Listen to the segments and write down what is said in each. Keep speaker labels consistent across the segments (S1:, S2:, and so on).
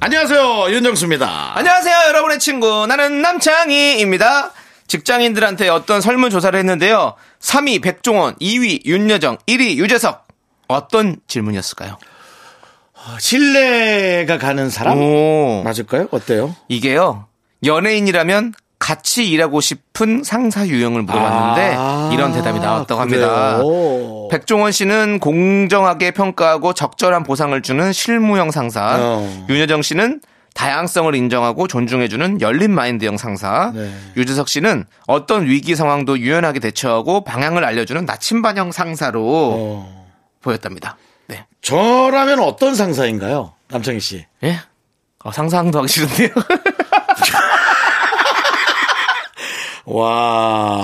S1: 안녕하세요 윤정수입니다.
S2: 안녕하세요, 여러분의 친구. 나는 남창희입니다. 직장인들한테 어떤 설문조사를 했는데요. 3위 백종원, 2위 윤여정, 1위 유재석. 어떤 질문이었을까요?
S1: 아, 신뢰가 가는 사람
S2: 오,
S1: 음. 맞을까요? 어때요?
S2: 이게요. 연예인이라면 같이 일하고 싶은 상사 유형을 물어봤는데
S1: 아,
S2: 이런 대답이 나왔다고 합니다.
S1: 그래요?
S2: 백종원 씨는 공정하게 평가하고 적절한 보상을 주는 실무형 상사.
S1: 어.
S2: 윤여정 씨는 다양성을 인정하고 존중해주는 열린 마인드형 상사.
S1: 네.
S2: 유재석 씨는 어떤 위기 상황도 유연하게 대처하고 방향을 알려주는 나침반형 상사로
S1: 어.
S2: 보였답니다. 네.
S1: 저라면 어떤 상사인가요, 남창희 씨?
S2: 예? 어, 상상도 하기 싫은데요.
S1: 와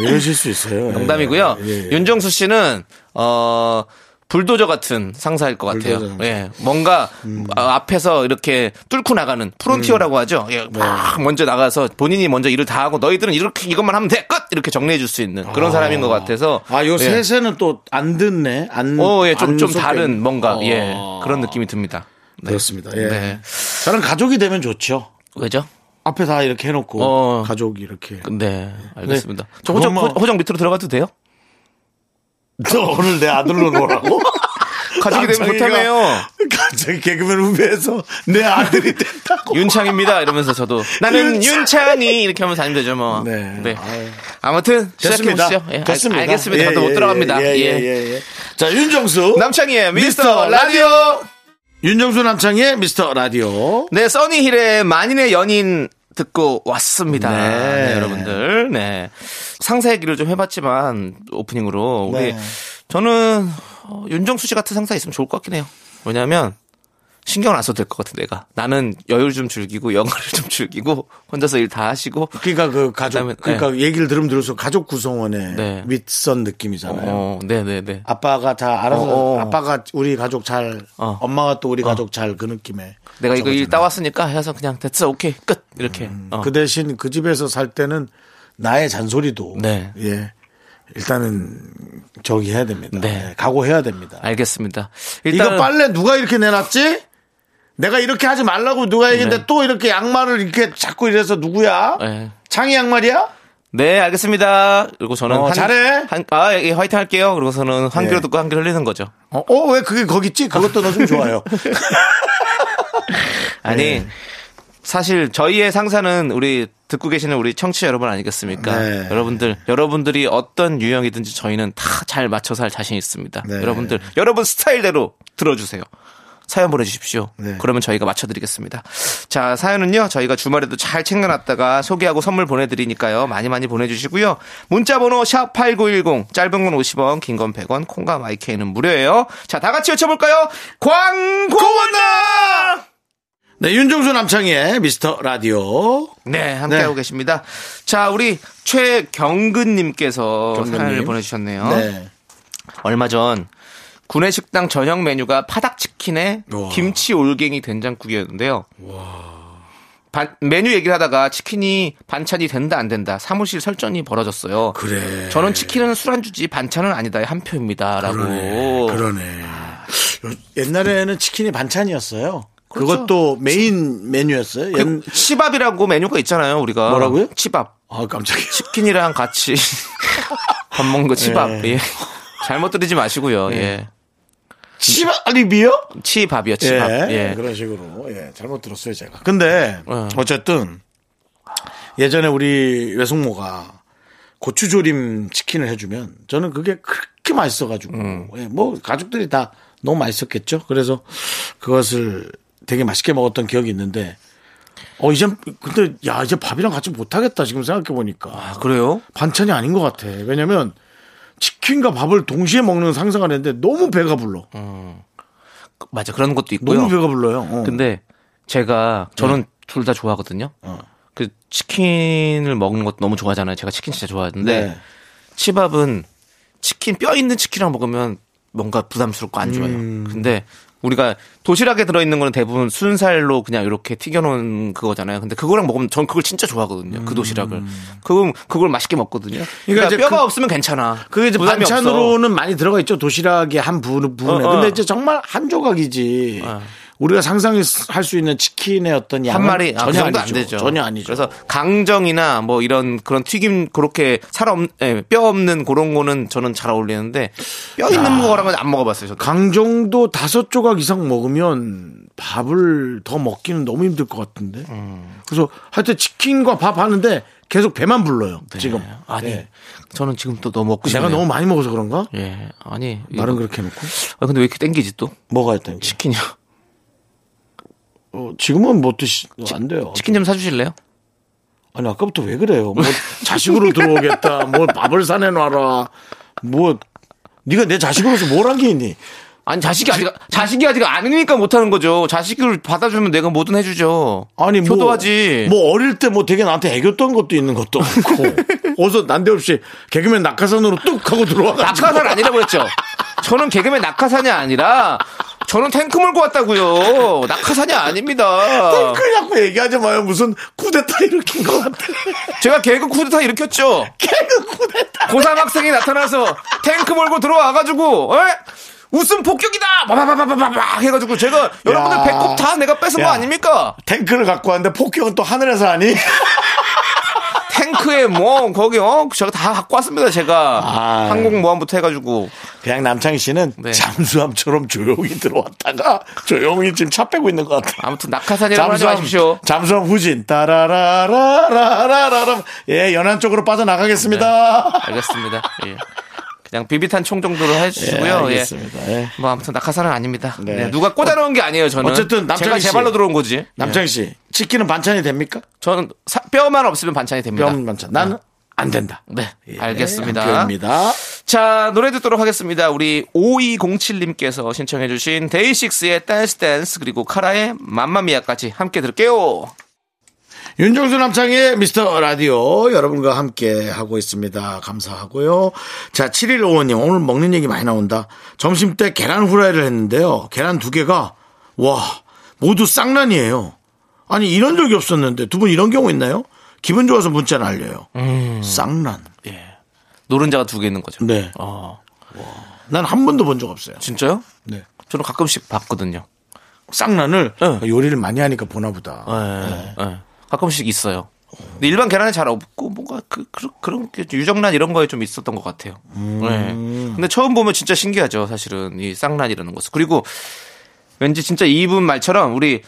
S1: 이러실 수 있어요.
S2: 농담이고요.
S1: 예, 예, 예.
S2: 윤정수 씨는 어 불도저 같은 상사일 것 같아요.
S1: 불도저. 음.
S2: 예, 뭔가 어, 앞에서 이렇게 뚫고 나가는 프론티어라고 하죠. 예,
S1: 네.
S2: 막 먼저 나가서 본인이 먼저 일을 다 하고 너희들은 이렇게 이것만 하면 돼. 끝 이렇게 정리해 줄 수 있는 그런 사람인 것 같아서.
S1: 아, 요
S2: 예.
S1: 셋에는 또 안 듣네. 안.
S2: 어, 예, 좀,
S1: 안
S2: 좀
S1: 섞여
S2: 다른
S1: 있-
S2: 뭔가,
S1: 어.
S2: 예, 그런 느낌이 듭니다. 네.
S1: 그렇습니다. 예.
S2: 네.
S1: 저는 가족이 되면 좋죠.
S2: 왜죠?
S1: 앞에 다 이렇게 해놓고
S2: 어.
S1: 가족 이렇게.
S2: 네, 알겠습니다.
S1: 네.
S2: 저 호정,
S1: 그것만-
S2: 호정 밑으로 들어가도 돼요?
S1: 너 오늘 내 아들로 놀라고?
S2: 가족이 되면 좋다며요.
S1: 갑자기 개그맨 후배에서 내 아들이 됐다고.
S2: 윤창입니다 이러면서 저도 나는 윤창이 이렇게 하면 다니면 되죠 뭐.
S1: 네.
S2: 네.
S1: 아유.
S2: 아무튼 시작해
S1: 됐습니다.
S2: 보시죠. 예, 알-
S1: 됐습니다.
S2: 알겠습니다. 저도 못 들어갑니다.
S1: 예, 예,
S2: 예.
S1: 예, 예. 자, 윤정수.
S2: 남창희의
S1: 미스터
S2: 미스터 라디오.
S1: 윤정수 남창의 미스터 라디오.
S2: 네, 써니힐의 만인의 연인 듣고 왔습니다.
S1: 네.
S2: 네. 여러분들. 네. 상사 얘기를 좀 해봤지만 오프닝으로 우리
S1: 네.
S2: 저는 어, 윤정수 씨 같은 상사 있으면 좋을 것 같긴 해요. 왜냐하면 신경 안 써도 될 것 같은 내가 나는 여유를 좀 즐기고 영화를 좀 즐기고 혼자서 일 다 하시고
S1: 그러니까 그 가족
S2: 그다음에-
S1: 그러니까 얘기를 들으면 들을수록 가족 구성원의
S2: 네.
S1: 윗선 느낌이잖아요.
S2: 어, 네네네.
S1: 아빠가 다 알아서
S2: 어, 어.
S1: 아빠가 우리 가족 잘
S2: 어.
S1: 엄마가 또 우리 가족 잘 그 느낌에
S2: 내가 이거 일
S1: 저거잖아요.
S2: 따왔으니까 해서 그냥 됐어 오케이 끝 이렇게 어.
S1: 그 대신 그 집에서 살 때는 나의 잔소리도
S2: 네.
S1: 예 일단은 저기 해야 됩니다
S2: 네.
S1: 예, 각오해야 됩니다
S2: 알겠습니다
S1: 이거
S2: 일단
S1: 빨래 누가 이렇게 내놨지 내가 이렇게 하지 말라고 누가 얘기했는데 또 이렇게 양말을 이렇게 자꾸 이래서 누구야
S2: 네.
S1: 창이 양말이야
S2: 네 알겠습니다 그리고 저는
S1: 어, 잘해.
S2: 한, 아 예, 예, 화이팅 할게요 그러고서는 한 귀로
S1: 예.
S2: 듣고 한 귀로 흘리는 거죠
S1: 어 왜 그게 거기 있지 그것도 넣어주면 좋아요
S2: 아니
S1: 네.
S2: 사실 저희의 상사는 우리 듣고 계시는 우리 청취자 여러분 아니겠습니까
S1: 네.
S2: 여러분들 여러분들이 어떤 유형이든지 저희는 다 잘 맞춰서 할 자신 있습니다
S1: 네.
S2: 여러분들 여러분 스타일대로 들어주세요 사연 보내주십시오.
S1: 네.
S2: 그러면 저희가 맞춰드리겠습니다. 자, 사연은요, 저희가 주말에도 잘 챙겨놨다가 소개하고 선물 보내드리니까요, 많이 많이 보내주시고요. 문자번호 샵8910, 짧은 건 50원, 긴 건 100원, 콩과 마이케이는 무료예요. 자, 다 같이 외쳐볼까요? 광고원다!
S1: 네, 윤종수 남창희의 미스터 라디오.
S2: 네, 함께하고
S1: 네.
S2: 계십니다. 자, 우리 최경근님께서
S1: 경근님.
S2: 사연을 보내주셨네요.
S1: 네.
S2: 얼마 전 구내식당 저녁 메뉴가 파닭치킨에
S1: 우와.
S2: 김치 올갱이 된장국이었는데요. 반- 메뉴 얘기를 하다가 치킨이 반찬이 된다 안 된다 사무실 설전이 벌어졌어요.
S1: 그래.
S2: 저는 치킨은 술안주지 반찬은 아니다의 한 표입니다라고.
S1: 그러네. 그러네. 요- 옛날에는 치킨이 반찬이었어요. 그것
S2: 그렇죠.
S1: 도 메인 메뉴였어요.
S2: 그
S1: 옛...
S2: 치밥이라고 메뉴가 있잖아요, 우리가.
S1: 뭐라고요?
S2: 치밥.
S1: 아, 깜짝이야.
S2: 치킨이랑 같이 밥 먹는 거 치밥.
S1: 예.
S2: 예. 잘못 들이지 마시고요. 예.
S1: 치발리비요?
S2: 치밥이요,
S1: 예.
S2: 치밥. 예.
S1: 그런 식으로. 예. 잘못 들었어요, 제가. 근데
S2: 예.
S1: 어쨌든 예전에 우리 외숙모가 고추조림 치킨을 해주면 저는 그게 그렇게 맛있어가지고 예, 뭐 가족들이 다 너무 맛있었겠죠. 그래서 그것을 되게 맛있게 먹었던 기억이 있는데 어 이젠 근데 야 이제 밥이랑 같이 못하겠다 지금 생각해 보니까
S2: 아, 그래요?
S1: 반찬이 아닌 것 같아. 왜냐면 치킨과 밥을 동시에 먹는 상상을 했는데 너무 배가 불러.
S2: 맞아. 그런 것도 있고요.
S1: 너무 배가 불러요. 어.
S2: 근데 제가 저는
S1: 예.
S2: 둘 다 좋아하거든요. 그 치킨을 먹는 것도 너무 좋아하잖아요. 제가 치킨 진짜 좋아하는데
S1: 네.
S2: 치밥은 치킨 뼈 있는 치킨이랑 먹으면 뭔가 부담스럽고 안 좋아요.
S1: 음.
S2: 근데 우리가 도시락에 들어 있는 거는 대부분 순살로 그냥 이렇게 튀겨 놓은 그거잖아요. 근데 그거랑 먹으면 전 그걸 진짜 좋아하거든요. 그 도시락을. 그걸 그걸 맛있게 먹거든요. 그러니까,
S1: 이제
S2: 뼈가
S1: 음. 그-
S2: 없으면 괜찮아.
S1: 그게 이제
S2: 부담이 없어.
S1: 반찬으로는 많이 들어가 있죠. 도시락의 한 부분, 부분에.
S2: 어, 어.
S1: 근데 이제 정말 한 조각이지. 우리가 상상할 수 있는 치킨의 어떤 양은
S2: 한 마리 아, 그
S1: 전혀
S2: 정도
S1: 아니죠.
S2: 안 되죠.
S1: 전혀 아니죠.
S2: 그래서 강정이나 뭐 이런 그런 튀김 그렇게 살 없, 예, 뼈 없는 그런 거는 저는 잘 어울리는데 뼈
S1: 아.
S2: 있는 거랑은 안 먹어봤어요. 저도.
S1: 강정도 다섯 조각 이상 먹으면 밥을 더 먹기는 너무 힘들 것 같은데.
S2: 음.
S1: 그래서 하여튼 치킨과 밥 하는데 계속 배만 불러요. 지금.
S2: 네. 아니
S1: 예.
S2: 저는 지금 또 너무 먹고 싶네요.
S1: 내가 너무 많이 먹어서 그런가?
S2: 예 아니
S1: 말은
S2: 이거-
S1: 그렇게 해놓고.
S2: 아, 근데 왜 이렇게 땡기지 또
S1: 뭐가 했던 게.
S2: 치킨이요?
S1: 어, 지금은 못 드시, 안 돼요.
S2: 치킨 좀 사주실래요?
S1: 아니 아까부터 왜 그래요? 뭐 자식으로 들어오겠다. 뭐 밥을 사내놔라. 뭐 네가 내 자식으로서 뭘 한 게 있니?
S2: 아니 자식이 아직 자식이 아직 아니니까 못하는 거죠. 자식을 받아주면 내가 뭐든 해주죠.
S1: 아니 뭐,
S2: 효도하지.
S1: 뭐 어릴 때 뭐 되게 나한테 애교 떤 것도 있는 것도 없고 어서 난데없이 개그맨 낙하산으로 뚝 하고 들어와가지고
S2: 낙하산 아니라 그랬죠. 저는 개그맨 낙하산이 아니라 저는 탱크 몰고 왔다고요. 낙하산이 아닙니다.
S1: 탱크를 자꾸 얘기하지 마요. 무슨 쿠데타 일으킨 것 같아.
S2: 제가 개그 쿠데타 일으켰죠.
S1: 개그 쿠데타.
S2: 고3 학생이 나타나서 탱크 몰고 들어와가지고 에? 웃음 폭격이다. 바바바바바바 해가지고 제가 여러분들
S1: 야.
S2: 배꼽 다 내가 뺏은 거
S1: 야.
S2: 아닙니까?
S1: 탱크를 갖고 왔는데 폭격은 또 하늘에서 하니?
S2: 탱크에 뭐 거기 어 제가 다 갖고 왔습니다. 제가
S1: 아.
S2: 항공모함부터 해가지고
S1: 그냥 남창희 씨는
S2: 네.
S1: 잠수함처럼 조용히 들어왔다가 조용히 지금 차 빼고 있는 것 같아.
S2: 아무튼 낙하산이라고 하지 마십시오.
S1: 잠수함 후진 따라라라라라라라 예 연안 쪽으로 빠져나가겠습니다.
S2: 알겠습니다. 예. 그냥 비비탄 총 정도로
S1: 예,
S2: 해주시고요. 예.
S1: 알겠습니다. 예.
S2: 뭐 아무튼 낙하산은 아닙니다.
S1: 네.
S2: 네, 누가 꽂아놓은 게 아니에요. 저는
S1: 어쨌든 남창희
S2: 제가
S1: 씨.
S2: 제발로 들어온 거지.
S1: 남창희 씨 치킨은 반찬이 됩니까?
S2: 저는 사- 뼈만 없으면 반찬이 됩니다.
S1: 뼈 반찬 나는 안 된다.
S2: 네,
S1: 예,
S2: 알겠습니다.
S1: 학교입니다.
S2: 자 노래 듣도록 하겠습니다. 우리 5207님께서 신청해주신 데이식스의 댄스 댄스 그리고 카라의 맘마미아까지 함께 들을게요.
S1: 윤정수 남창의 미스터 라디오 여러분과 함께 하고 있습니다. 감사하고요. 자, 7155님 오늘 먹는 얘기 많이 나온다. 점심 때 계란 후라이를 했는데요. 계란 두 개가 와 모두 쌍란이에요. 아니 이런 적이 없었는데 두 분 이런 경우 있나요? 기분 좋아서 문자 날려요. 쌍란.
S2: 노른자가 두 개 있는 거죠.
S1: 음. 네.
S2: 어,
S1: 난 한 번도 본 적 없어요.
S2: 진짜요?
S1: 네.
S2: 저는 가끔씩 봤거든요.
S1: 쌍란을
S2: 네.
S1: 요리를 많이 하니까 보나 보다.
S2: 예, 예. 가끔씩 있어요. 근데 일반 계란에 잘 없고 뭔가 그, 그 그런 게 유정란 이런 거에 좀 있었던 것 같아요. 예. 근데 처음 보면 진짜 신기하죠. 사실은 이 쌍란이라는 것은 그리고 왠지 진짜 이분 말처럼 우리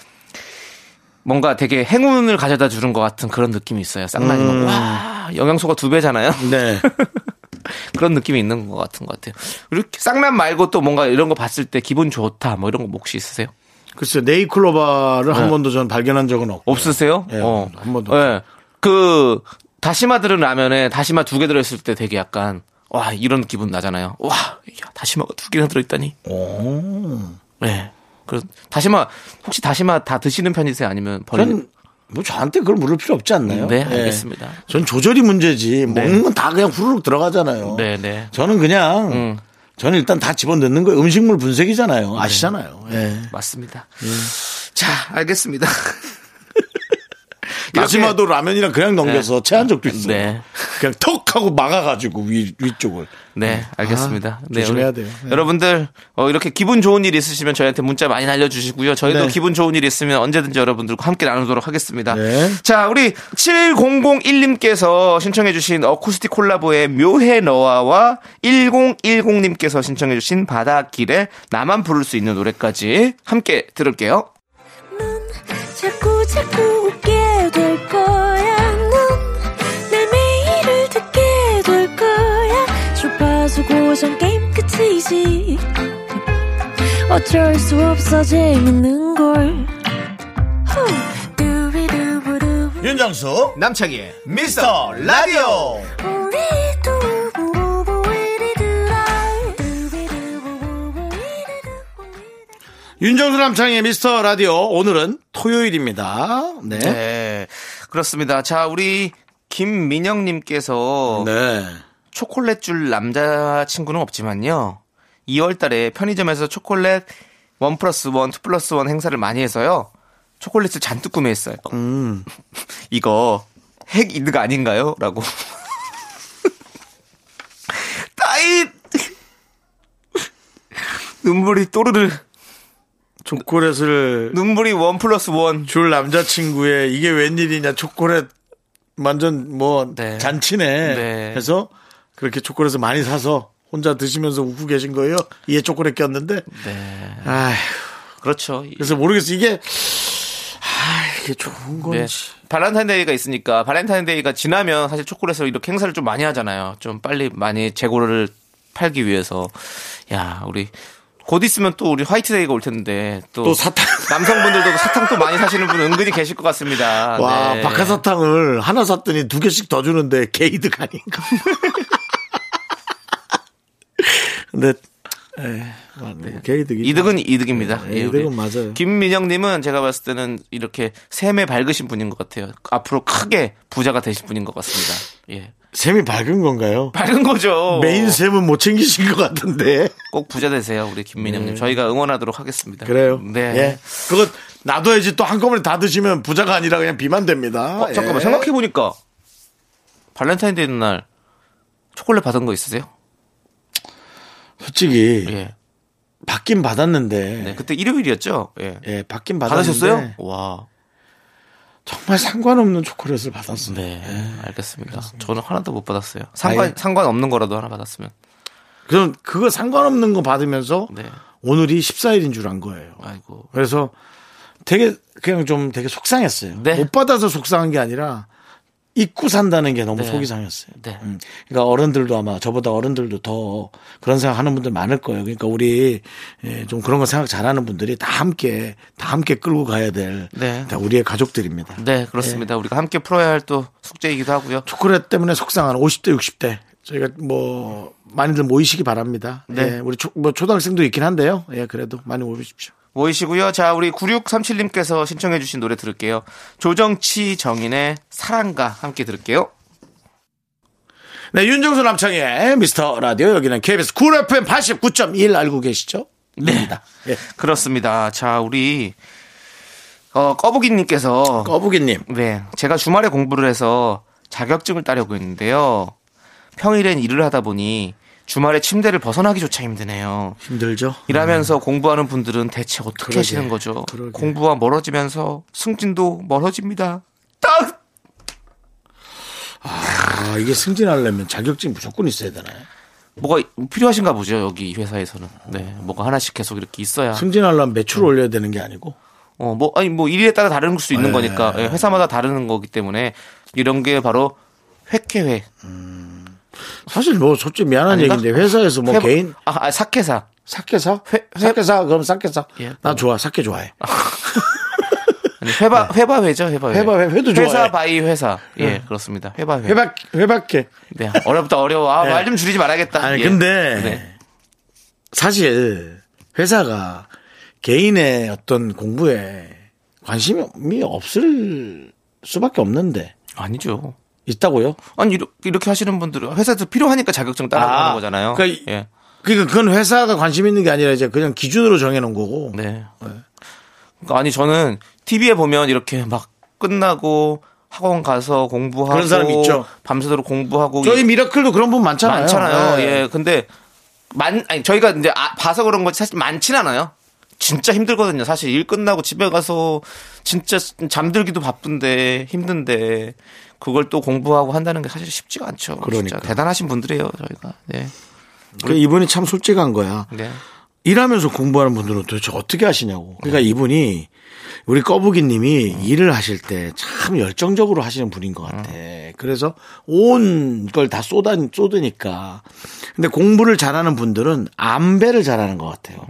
S2: 뭔가 되게 행운을 가져다 주는 것 같은 그런 느낌이 있어요. 쌍란이 먹고 와 영양소가 두 배잖아요.
S1: 네.
S2: 그런 느낌이 있는 것 같은 것 같아요. 이렇게 쌍란 말고 또 뭔가 이런 거 봤을 때 기분 좋다 뭐 이런 거 혹시 있으세요?
S1: 글쎄 네이클로바를 한 번도 전 발견한 적은 없고.
S2: 없으세요?
S1: 예,
S2: 어.
S1: 한 번도
S2: 예. 그 다시마 들은 라면에 다시마 두 개 들어있을 때 되게 약간 와 이런 기분 나잖아요. 와 야, 다시마가 두 개나 들어있다니. 예. 그래서 다시마 혹시 다시마 다 드시는 편이세요? 아니면 버리는?
S1: 전뭐 저한테 그걸 물을 필요 없지 않나요?
S2: 네,
S1: 예.
S2: 알겠습니다.
S1: 전 조절이 문제지 먹는 건 다 그냥 후루룩 들어가잖아요.
S2: 네, 음. 네.
S1: 저는 그냥 저는 일단 다 집어 넣는 거예요. 음식물 분석이잖아요.
S2: 네.
S1: 아시잖아요. 예.
S2: 맞습니다. 자, 알겠습니다. 이렇게-
S1: 마지막도 라면이랑 그냥 넘겨서 체한 적도 있어요.
S2: 네.
S1: 그냥 턱 하고 막아가지고 위, 위쪽을.
S2: 네, 알겠습니다.
S1: 아,
S2: 네,
S1: 조심해야
S2: 오늘
S1: 돼요. 네.
S2: 여러분들 어, 이렇게 기분 좋은 일 있으시면 저희한테 문자 많이 날려주시고요. 저희도
S1: 네.
S2: 기분 좋은 일 있으면 언제든지 여러분들과 함께 나누도록 하겠습니다.
S1: 네.
S2: 자, 우리 7001님께서 신청해주신 어쿠스틱 콜라보의 묘해 너와와 1010님께서 신청해주신 바닷길에 나만 부를 수 있는 노래까지 함께 들을게요.
S3: 넌 자꾸 자꾸 웃게 될 거야. 넌내 매일을 듣게 될 거야. 주파수 고정 게임 끝이지. 어쩔 수 없어 재밌는 걸. 후. 두비두부두.
S1: 윤정수 남창희 미스터 라디오.
S3: 우리 두부부부 우리 두라. 두비두부부부 우리 두부부.
S1: 윤정수 남창의 미스터 라디오 오늘은 토요일입니다. 네. 네.
S2: 네. 그렇습니다. 자, 우리 김민영님께서
S1: 네.
S2: 초콜릿 줄 남자친구는 없지만요. 2월 달에 편의점에서 초콜릿 1 플러스 1, 2 플러스 1 행사를 많이 해서요. 초콜릿을 잔뜩 구매했어요. 이거 핵 이득 아닌가요? 라고. 따이! 눈물이 또르르.
S1: 초콜릿을
S2: 눈물이 1 플러스 1.
S1: 줄 남자친구의 이게 웬일이냐 초콜릿 완전 뭐
S2: 네.
S1: 잔치네
S2: 네.
S1: 해서 그렇게 초콜릿을 많이 사서 혼자 드시면서 웃고 계신 거예요. 이에 초콜릿 꼈는데. 아휴,
S2: 네. 그렇죠.
S1: 그래서 모르겠어. 이게 아, 이게 좋은
S2: 네.
S1: 건지.
S2: 발렌타인데이가 있으니까 발렌타인데이가 지나면 사실 초콜릿을 이렇게 행사를 좀 많이 하잖아요. 좀 빨리 많이 재고를 팔기 위해서 야 우리 곧 있으면 또 우리 화이트데이가 올 텐데 또,
S1: 또 사탕.
S2: 남성분들도 사탕 또 많이 사시는 분 은근히 계실 것 같습니다.
S1: 와,
S2: 네.
S1: 박하사탕을 하나 샀더니 두 개씩 더 주는데 게이득 아닌가? 근데 에, 뭐, 게이득이
S2: 네. 이득은 이득입니다.
S1: 네, 이득은 맞아요.
S2: 김민영님은 제가 봤을 때는 이렇게 샘에 밝으신 분인 것 같아요. 앞으로 크게 부자가 되실 분인 것 같습니다. 예,
S1: 셈이 밝은 건가요?
S2: 밝은 거죠.
S1: 메인 셈은 못 챙기신 것 같은데.
S2: 꼭 부자 되세요, 우리 김민영님. 저희가 응원하도록 하겠습니다.
S1: 네. 그래요.
S2: 네.
S1: 예. 그거 놔둬야지 또 한꺼번에 다 드시면 부자가 아니라 그냥 비만됩니다.
S2: 어, 잠깐만
S1: 예.
S2: 생각해 보니까 발렌타인데이 날 초콜릿 받은 거 있으세요?
S1: 솔직히
S2: 예.
S1: 받긴 받았는데.
S2: 네, 그때 일요일이었죠. 예.
S1: 예, 받긴 받았는데.
S2: 받으셨어요? 와.
S1: 정말 상관없는 초콜릿을 받았어요.
S2: 네. 알겠습니다. 저는 하나도 못 받았어요. 상관
S1: 아예.
S2: 상관 없는 거라도 하나 받았으면.
S1: 그럼 그거 상관없는 거 받으면서
S2: 네.
S1: 오늘이 14일인 줄 안 거예요.
S2: 아이고.
S1: 그래서 되게 그냥 좀 되게 속상했어요.
S2: 네.
S1: 못 받아서 속상한 게 아니라 잊고 산다는 게 너무
S2: 네.
S1: 속이 상했어요.
S2: 네.
S1: 음. 그러니까 어른들도 아마 저보다 어른들도 더 그런 생각하는 분들 많을 거예요. 그러니까 우리 예, 좀 그런 거 생각 잘하는 분들이 다 함께 다 함께 끌고 가야 될
S2: 네.
S1: 다 우리의 가족들입니다.
S2: 네,
S1: 예.
S2: 그렇습니다. 우리가 함께 풀어야 할 또 숙제이기도 하고요.
S1: 초콜릿 때문에 속상한 50대 60대 저희가 뭐 많이들 모이시기 바랍니다.
S2: 네.
S1: 예, 우리 초, 뭐 초등학생도 있긴 한데요. 예, 그래도 많이 모이십시오.
S2: 모이시고요. 자, 우리 9637님께서 신청해 주신 노래 들을게요. 조정치 정인의 사랑가 함께 들을게요.
S1: 네, 윤정수 남창의 미스터 라디오 여기는 KBS 쿨 FM 89.1 알고 계시죠?
S2: 네.
S1: 예.
S2: 그렇습니다. 자, 우리 어, 꺼부기님께서
S1: 거북이님.
S2: 네, 제가 주말에 공부를 해서 자격증을 따려고 했는데요. 평일엔 일을 하다 보니 주말에 침대를 벗어나기조차 힘드네요.
S1: 힘들죠?
S2: 일하면서 공부하는 분들은 대체 어떻게
S1: 음. 그러게,
S2: 하시는 거죠?
S1: 그러게.
S2: 공부와 멀어지면서 승진도 멀어집니다. 딱!
S1: 아, 이게 승진하려면 자격증 무조건 있어야 되나요?
S2: 뭐가 필요하신가 보죠, 여기 이 회사에서는. 네, 뭐가 하나씩 계속
S1: 아.
S2: 이렇게 있어야.
S1: 승진하려면 매출 올려야 되는 게 아니고.
S2: 어, 뭐, 아니, 뭐, 일에 따라 다른 수
S1: 네.
S2: 있는 거니까, 예, 회사마다 다르는 거기 때문에, 이런 게 바로 회계회.
S1: 사실 뭐 솔직히 미안한
S2: 아닌가?
S1: 얘기인데 회사에서 뭐
S2: 회-
S1: 개인
S2: 아, 아, 삭회사.
S1: 사케사?
S2: 회- 회-
S1: 사케사 그럼 사케사.
S2: 예.
S1: 나 좋아. 사케 좋아해.
S2: 아니, 회바, 회바회죠, 회바회.
S1: 네. 회바회, 회도
S2: 회사
S1: 좋아해.
S2: 바이 회사. 예, 그렇습니다. 회바회.
S1: 회박 회박해.
S2: 네, 어렵다, 어려워. 아, 말 좀 줄이지 말아야겠다.
S1: 아니
S2: 예.
S1: 근데
S2: 네.
S1: 사실 회사가 개인의 어떤 공부에 관심이 없을 수밖에 없는데
S2: 아니죠.
S1: 있다고요?
S2: 아니, 이렇게, 이렇게 하시는 분들은 회사에서 필요하니까 자격증 따라가는
S1: 아,
S2: 거잖아요.
S1: 그러니까 이-
S2: 예.
S1: 그러니까 그건 회사가 관심 있는 게 아니라 이제 그냥 기준으로 정해놓은 거고.
S2: 네. 그러니까 아니 저는 TV에 보면 이렇게 막 끝나고 학원 가서 공부하고
S1: 그런 사람 있죠.
S2: 밤새도록 공부하고
S1: 저희 미라클도 그런 분 많잖아요.
S2: 많잖아요.
S1: 네.
S2: 예. 근데 만 아니 저희가 이제 아- 봐서 그런 거지 사실 많진 않아요. 진짜 힘들거든요. 사실 일 끝나고 집에 가서 진짜 잠들기도 바쁜데 힘든데 그걸 또 공부하고 한다는 게 사실 쉽지가 않죠.
S1: 그러니까.
S2: 진짜 대단하신 분들이에요, 저희가. 네.
S1: 그 이분이 참 솔직한 거야.
S2: 네.
S1: 일하면서 공부하는 분들은 도대체 어떻게 하시냐고. 그러니까 이분이 우리 꺼부기님이 일을 하실 때 참 열정적으로 하시는 분인 것 같아. 그래서 온 걸 다 쏟아 쏟으니까. 근데 공부를 잘하는 분들은 안배를 잘하는 것 같아요.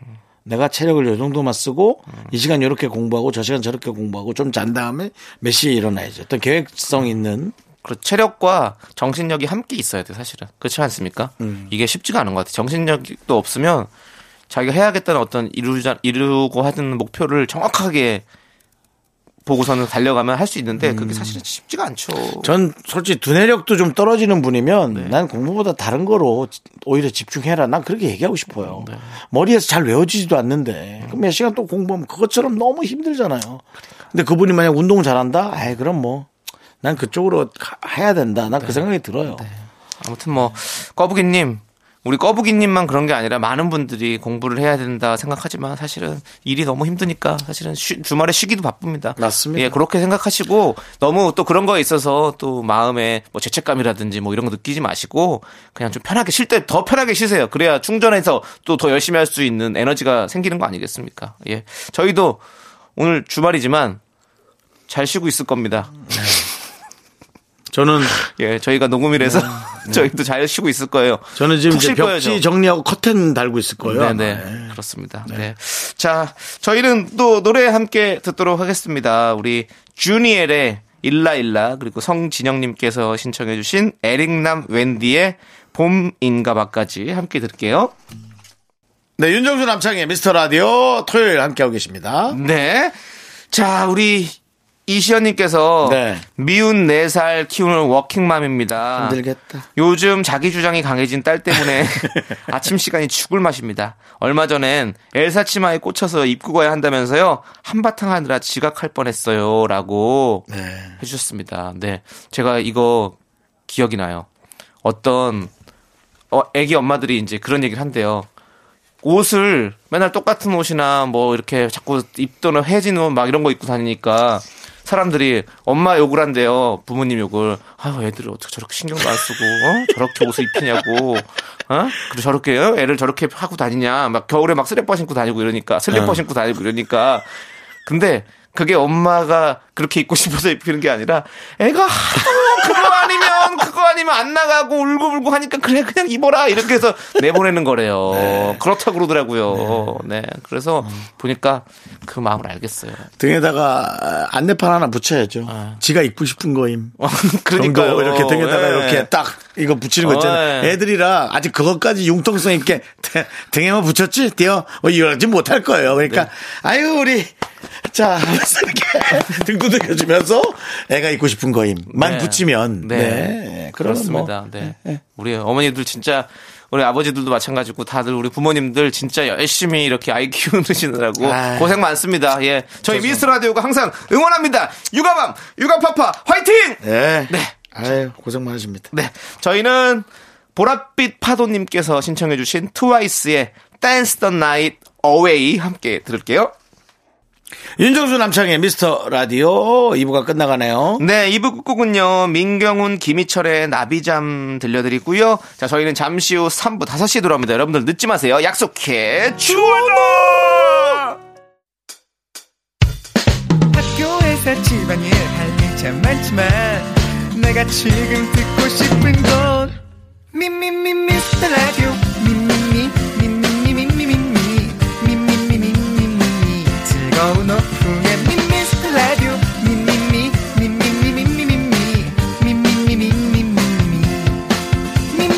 S1: 내가 체력을 요 정도만 쓰고 이 시간 이렇게 공부하고 저 시간 저렇게 공부하고 좀 잔 다음에 몇 시에 일어나야지. 어떤 계획성 있는
S2: 그리고 체력과 정신력이 함께 있어야 돼 사실은 그렇지 않습니까? 이게 쉽지가 않은 것 같아. 요 정신력도 없으면 자기가 해야겠다는 어떤 이루자 이루고 하던 목표를 정확하게 보고서는 달려가면 할 수 있는데 그게 사실은 쉽지가 않죠.
S1: 전 솔직히 두뇌력도 좀 떨어지는 분이면
S2: 네.
S1: 난 공부보다 다른 거로 지- 오히려 집중해라. 난 그렇게 얘기하고 싶어요.
S2: 네.
S1: 머리에서 잘 외워지지도 않는데 그럼 몇 시간 또 공부하면 그것처럼 너무 힘들잖아요. 근데 그분이 만약 운동 잘한다? 아이 그럼 뭐 난 그쪽으로 가- 해야 된다. 난 그
S2: 네.
S1: 생각이 들어요.
S2: 아무튼 뭐 꺼부기님 우리 꺼부기님만 그런 게 아니라 많은 분들이 공부를 해야 된다 생각하지만 사실은 일이 너무 힘드니까 사실은 쉬- 주말에 쉬기도 바쁩니다.
S1: 맞습니다.
S2: 예, 그렇게 생각하시고 너무 또 그런 거에 있어서 또 마음에 뭐 죄책감이라든지 뭐 이런 거 느끼지 마시고 그냥 좀 편하게 쉴 때 더 편하게 쉬세요. 그래야 충전해서 또 더 열심히 할 수 있는 에너지가 생기는 거 아니겠습니까? 예, 저희도 오늘 주말이지만 잘 쉬고 있을 겁니다.
S1: 저는
S2: 예, 저희가 녹음이라서 저희도 잘 쉬고 있을 거예요.
S1: 네. 저는 지금
S2: 푹
S1: 이제
S2: 쉴
S1: 벽지
S2: 거예요, 저.
S1: 정리하고 커튼 달고 있을 거예요. 아마.
S2: 네네 그렇습니다. 네. 자 저희는 또 노래 함께 듣도록 하겠습니다. 우리 주니엘의 일라 일라 그리고 성진영님께서 신청해주신 에릭남 웬디의 봄인가봐까지 함께 들을게요.
S1: 네, 윤정수 남창의 미스터 라디오 토요일 함께하고 계십니다.
S2: 네. 자 우리 이시연님께서
S1: 네.
S2: 미운 네 살 키우는 워킹맘입니다.
S1: 힘들겠다.
S2: 요즘 자기 주장이 강해진 딸 때문에 아침 시간이 죽을 맛입니다. 얼마 전엔 엘사 치마에 꽂혀서 입고 가야 한다면서요. 한바탕 하느라 지각할 뻔했어요. 라고
S1: 네.
S2: 해주셨습니다. 네. 제가 이거 기억이 나요. 어떤, 어, 애기 엄마들이 이제 그런 얘기를 한대요. 옷을 맨날 똑같은 옷이나 뭐 이렇게 자꾸 입던 해진 옷 막 이런 거 입고 다니니까 사람들이 엄마 욕을 한대요. 부모님 욕을. 아유, 애들을 어떻게 저렇게 신경도 안 쓰고, 어? 저렇게 옷을 입히냐고, 어? 그리고 저렇게, 어? 애를 저렇게 하고 다니냐. 막 겨울에 막 슬리퍼 신고 다니고 이러니까, 슬리퍼 신고 다니고 이러니까. 근데 그게 엄마가 그렇게 입고 싶어서 입히는 게 아니라 애가 하도 그거 아니면 그거 아니면 안 나가고 울고불고 하니까 그래 그냥 입어라 이렇게 해서 내보내는 거래요.
S1: 네.
S2: 그렇다고 그러더라고요. 네.
S1: 어.
S2: 그래서 보니까 그 마음을 알겠어요.
S1: 등에다가 안내판 하나 붙여야죠. 지가 입고 싶은 거임.
S2: 아. 그러니까요.
S1: 정도 이렇게 등에다가
S2: 예.
S1: 이렇게 딱 이거 붙이는 거 있잖아요.
S2: 어, 예.
S1: 애들이라 아직 그것까지 융통성 있게 대- 등에만 붙였지? 뛰어? 뭐 이러지 못할 거예요. 그러니까
S2: 네.
S1: 아유 우리 자 하면서 이렇게 등 두들겨주면서 애가 입고 싶은 거임만
S2: 네.
S1: 붙이면 네, 그러면 뭐
S2: 그렇습니다. 네. 우리 어머니들 진짜 우리 아버지들도 마찬가지고 다들 우리 부모님들 진짜 열심히 이렇게 아이 키우시느라고
S1: 아이.
S2: 고생 많습니다. 예. 저희 미스 라디오가 항상 응원합니다. 육아맘, 육아파파 화이팅!
S1: 네.
S2: 네.
S1: 아유 고생 많으십니다.
S2: 네. 저희는 보랏빛 파도님께서 신청해주신 트와이스의 댄스 더 나잇 어웨이 함께 들을게요.
S1: 윤정수 남창의 미스터 라디오 2부가 끝나가네요.
S2: 네, 이부 끝곡은요, 민경훈, 김희철의 나비잠 들려드리고요. 자, 저희는 잠시 후 3부 5시에 돌아옵니다. 여러분들 늦지 마세요. 약속해. 주원아!
S4: 학교에서 집안일 할 일 참 많지만 내가 지금 듣고 싶은 건 미미미 미스터 라디오 미미미 미미미 미미미 미미미 미미미 미미미 즐거운 오후에 미미스터 라디오 미미미 미미미 미미미 미미미 미미미 미미미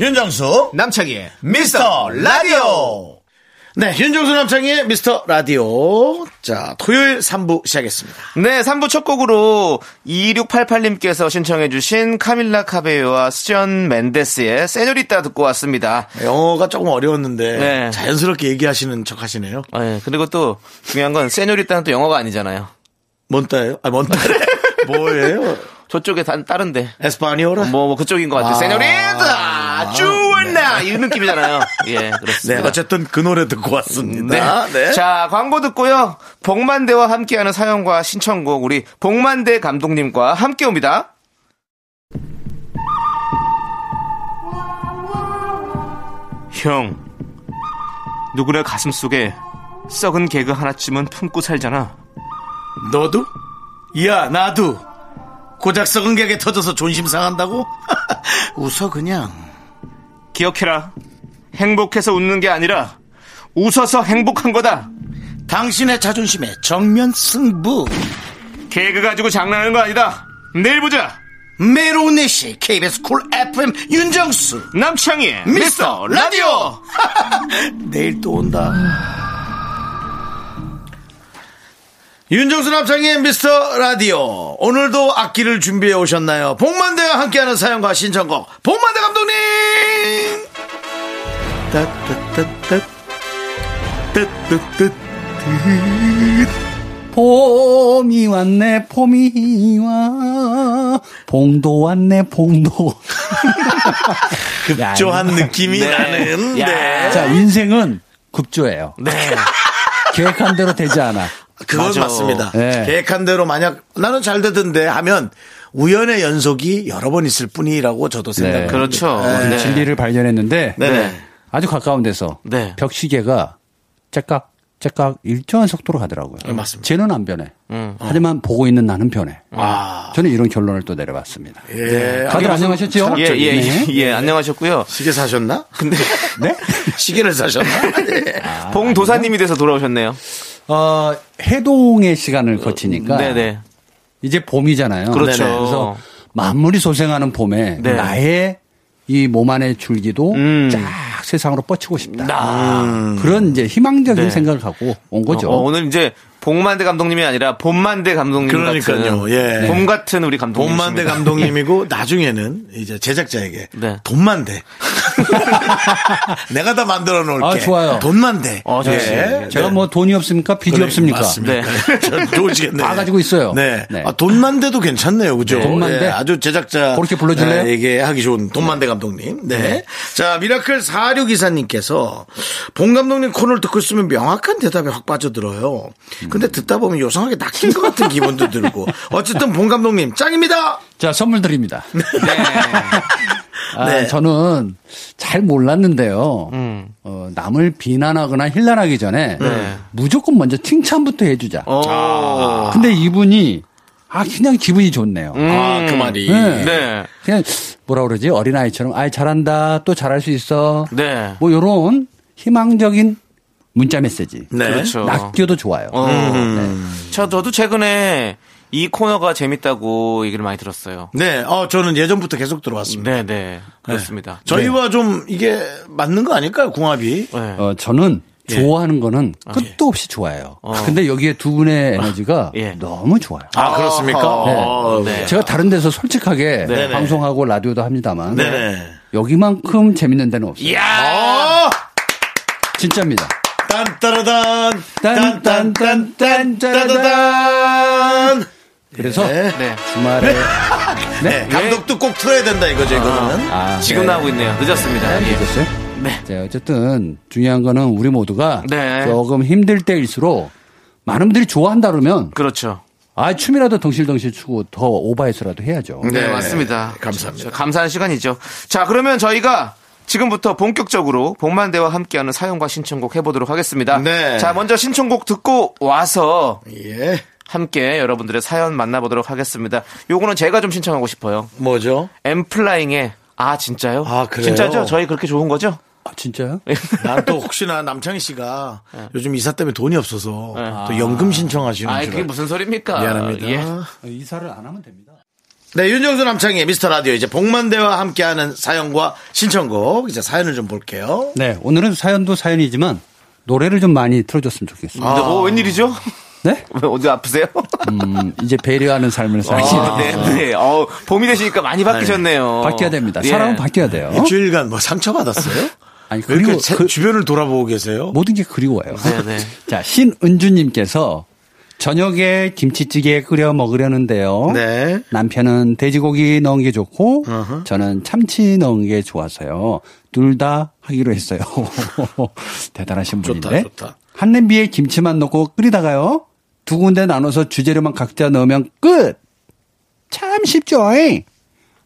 S1: 윤정수
S2: 남창희의
S1: 미스터 라디오. 네, 윤종수 남창희의 미스터 라디오. 자, 토요일 3부 시작했습니다.
S2: 네, 3부 첫 곡으로 2688님께서 신청해주신 카밀라 카베요와 수전 멘데스의 세뇨리따 듣고 왔습니다.
S1: 영어가 조금 어려웠는데
S2: 네.
S1: 자연스럽게 얘기하시는 척 하시네요.
S2: 아, 예, 그리고 또 중요한 건 세뇨리따는 또 영어가 아니잖아요.
S1: 뭔 따예요? 아, 뭔 따? 뭐예요?
S2: 저쪽에 단, 다른데.
S1: 에스파니오라?
S2: 뭐, 뭐 그쪽인 것
S1: 아.
S2: 같아요. 세뇨리따! 주원아! 이런 느낌이잖아요. 예,
S1: 네,
S2: 그렇습니다.
S1: 어쨌든 그 노래 듣고 왔습니다. 네.
S2: 자, 광고 듣고요. 복만대와 함께하는 사연과 신청곡 우리 복만대 감독님과 함께 옵니다. 형, 누구나 가슴 속에 썩은 개그 하나쯤은 품고 살잖아.
S1: 너도? 야, 나도. 고작 썩은 객에 터져서 존심 상한다고? 웃어, 그냥.
S2: 기억해라. 행복해서 웃는 게 아니라 웃어서 행복한 거다.
S1: 당신의 자존심에 정면 승부.
S2: 개그 가지고 장난하는 거 아니다. 내일 보자.
S1: 메로네시 KBS 쿨 FM 윤정수
S2: 남창희의
S1: 미스터 라디오. 내일 또 온다. 윤정수 남창의 미스터 라디오. 오늘도 악기를 준비해 오셨나요? 복만대와 함께하는 사연과 신청곡. 복만대 감독님! 따따따따. 따따따.
S5: 봄이 왔네, 봄이 와. 봉도 왔네, 봉도.
S1: 급조한 느낌이 나는. 네.
S5: 자, 인생은 급조예요. 계획한 대로 되지 않아.
S1: 그건 맞습니다.
S5: 네.
S1: 계획한 대로 만약 나는 잘 되던데 하면 우연의 연속이 여러 번 있을 뿐이라고 저도 생각합니다.
S2: 그렇죠.
S5: 그
S2: 네.
S5: 진리를 발견했는데
S1: 네네.
S5: 아주 가까운 데서
S2: 네.
S5: 벽시계가 째깍 째깍 일정한 속도로 가더라고요.
S2: 네,
S1: 맞습니다.
S5: 쟤는 안 변해.
S2: 음.
S5: 하지만 보고 있는 나는 변해.
S1: 아.
S5: 저는 이런 결론을 또 내려봤습니다.
S1: 예.
S5: 다들 안녕하셨죠?
S2: 예, 예, 예,
S5: 네.
S2: 예, 안녕하셨고요.
S1: 시계 사셨나? 근데
S5: 네?
S1: 시계를 사셨나? 예.
S2: 아, 봉도사님이 돼서 돌아오셨네요.
S5: 어, 해동의 시간을 거치니까
S2: 네네.
S5: 이제 봄이잖아요.
S2: 그렇죠.
S5: 네네. 그래서 만물이 소생하는 봄에
S2: 네.
S5: 나의 이 몸 안의 줄기도
S2: 음.
S5: 쫙 세상으로 뻗치고 싶다. 그런 이제 희망적인
S2: 네.
S5: 생각을 갖고 온 거죠.
S2: 어, 어, 오늘 이제 봉만대 감독님이 아니라 봄만대 감독님
S1: 그러니까요,
S2: 같은
S1: 예.
S2: 봄 같은 우리 감독님.
S1: 돈만대 감독님이고 나중에는 이제 제작자에게
S2: 네.
S1: 돈만대. 내가 다 만들어 놓을게.
S5: 아, 좋아요.
S1: 돈만대. 예.
S2: 어, 좋지.
S5: 제가 뭐 돈이 없습니까? 빚이 없습니까?
S1: 네. 맞습니다. 네. 좋으시겠네.
S5: 다 가지고 있어요.
S1: 네.
S5: 네.
S1: 아, 돈만대도 괜찮네요. 그죠?
S5: 돈만대?
S1: 예, 아주 제작자.
S5: 그렇게 불러줄래요?
S1: 예, 이게 하기 좋은 돈만대 감독님. 네. 자, 미라클 4624님께서 봉 감독님 코너를 듣고 있으면 명확한 대답에 확 빠져들어요.
S5: 음.
S1: 근데 듣다 보면 요상하게 낚인 것 같은 기분도 들고. 어쨌든 봉 감독님 짱입니다!
S5: 자, 선물 드립니다. 네. 아,
S1: 네.
S5: 저는 잘 몰랐는데요. 어, 남을 비난하거나 힐난하기 전에 무조건 먼저 칭찬부터 해주자. 근데 이분이 아 그냥 기분이 좋네요.
S1: 아, 그 말이.
S5: 네.
S2: 네.
S5: 그냥 뭐라 그러지 어린아이처럼 아이 잘한다 또 잘할 수 있어
S2: 네.
S5: 뭐 요런 희망적인 문자 메시지
S1: 네.
S2: 그렇죠.
S5: 낚여도 좋아요
S2: 어.
S1: 음.
S2: 저, 저도 최근에 이 코너가 재밌다고 얘기를 많이 들었어요.
S1: 네, 어, 저는 예전부터 계속 들어왔습니다.
S2: 네네. 그렇습니다.
S1: 저희와
S5: 네.
S1: 좀 이게 맞는 거 아닐까요? 궁합이.
S2: 네.
S5: 어, 저는 좋아하는 거는 끝도 없이 좋아요 근데 여기에 두 분의 에너지가
S2: 어. 예.
S5: 너무 좋아요
S1: 아, 그렇습니까? 어,
S2: 네.
S5: 제가 다른 데서 솔직하게 방송하고 라디오도 합니다만
S1: 네네.
S5: 여기만큼 재밌는 데는 없어요
S2: 예.
S1: 어!
S5: 진짜입니다
S1: 딴따라단
S5: 딴딴딴딴따라단. 그래서
S2: 네.
S5: 주말에
S1: 네, 감독도 꼭 틀어야 된다 이거죠 이거는
S5: 아,
S2: 지금 나오고 있네요. 늦었습니다. 예.
S5: 알겠어요?
S2: 네.
S5: 자, 어쨌든 중요한 거는 우리 모두가
S2: 네.
S5: 조금 힘들 때일수록 많은 분들이 좋아한다 그러면
S2: 그렇죠.
S5: 아 춤이라도 덩실덩실 추고 더 오바해서라도 해야죠.
S2: 네, 맞습니다.
S1: 감사합니다.
S2: 저- 감사한 시간이죠. 자, 그러면 저희가 지금부터 본격적으로 복만대와 함께하는 사연과 신청곡 해보도록 하겠습니다.
S1: 네.
S2: 자, 먼저 신청곡 듣고 와서
S1: 예
S2: 함께 여러분들의 사연 만나보도록 하겠습니다. 요거는 제가 좀 신청하고 싶어요.
S1: 뭐죠
S2: 엠플라잉의 아 진짜요?
S1: 아, 그래요?
S2: 진짜죠? 저희 그렇게 좋은 거죠?
S5: 아, 진짜요?
S2: 예.
S1: 난 또 혹시나 남창희 씨가 요즘 이사 때문에 돈이 없어서 또 연금 신청하시는
S2: 아,
S1: 줄
S2: 그게
S1: 알고.
S2: 무슨 소리입니까?
S1: 음, 미안합니다 아.
S2: 예.
S5: 아, 이사를 안 하면 됩니다.
S1: 네 윤정수 남창희 미스터 라디오 이제 복만대와 함께하는 사연과 신청곡 이제 사연을 좀 볼게요
S5: 네, 오늘은 사연도 사연이지만 노래를 좀 많이 틀어줬으면 좋겠어요.
S2: 근데 뭐 웬일이죠?
S5: 네?
S2: 왜 어디 아프세요?
S5: 음, 이제 배려하는 삶을
S2: 아,
S5: 살기
S2: 네, 네. 어, 봄이 되시니까 많이 바뀌셨네요.
S5: 바뀌어야 됩니다.
S2: 예.
S5: 사람은 바뀌어야 돼요.
S1: 일주일간 뭐 상처 받았어요
S5: 아니,
S1: 왜 이렇게
S5: 그리고
S1: 제-
S5: 그- 뭐?
S1: 주변을 돌아보고 계세요
S5: 모든 게 그리워요.
S2: 네.
S5: 자, 신은주님께서 저녁에 김치찌개 끓여 먹으려는데요.
S1: 네.
S5: 남편은 돼지고기 넣은 게 좋고 저는 참치 넣은 게 좋아서요. 둘 다 하기로 했어요. 대단하신
S1: 좋다,
S5: 분인데.
S1: 좋다.
S5: 한 냄비에 김치만 넣고 끓이다가요. 두 군데 나눠서 주재료만 각자 넣으면 끝. 참 쉽죠. 잉?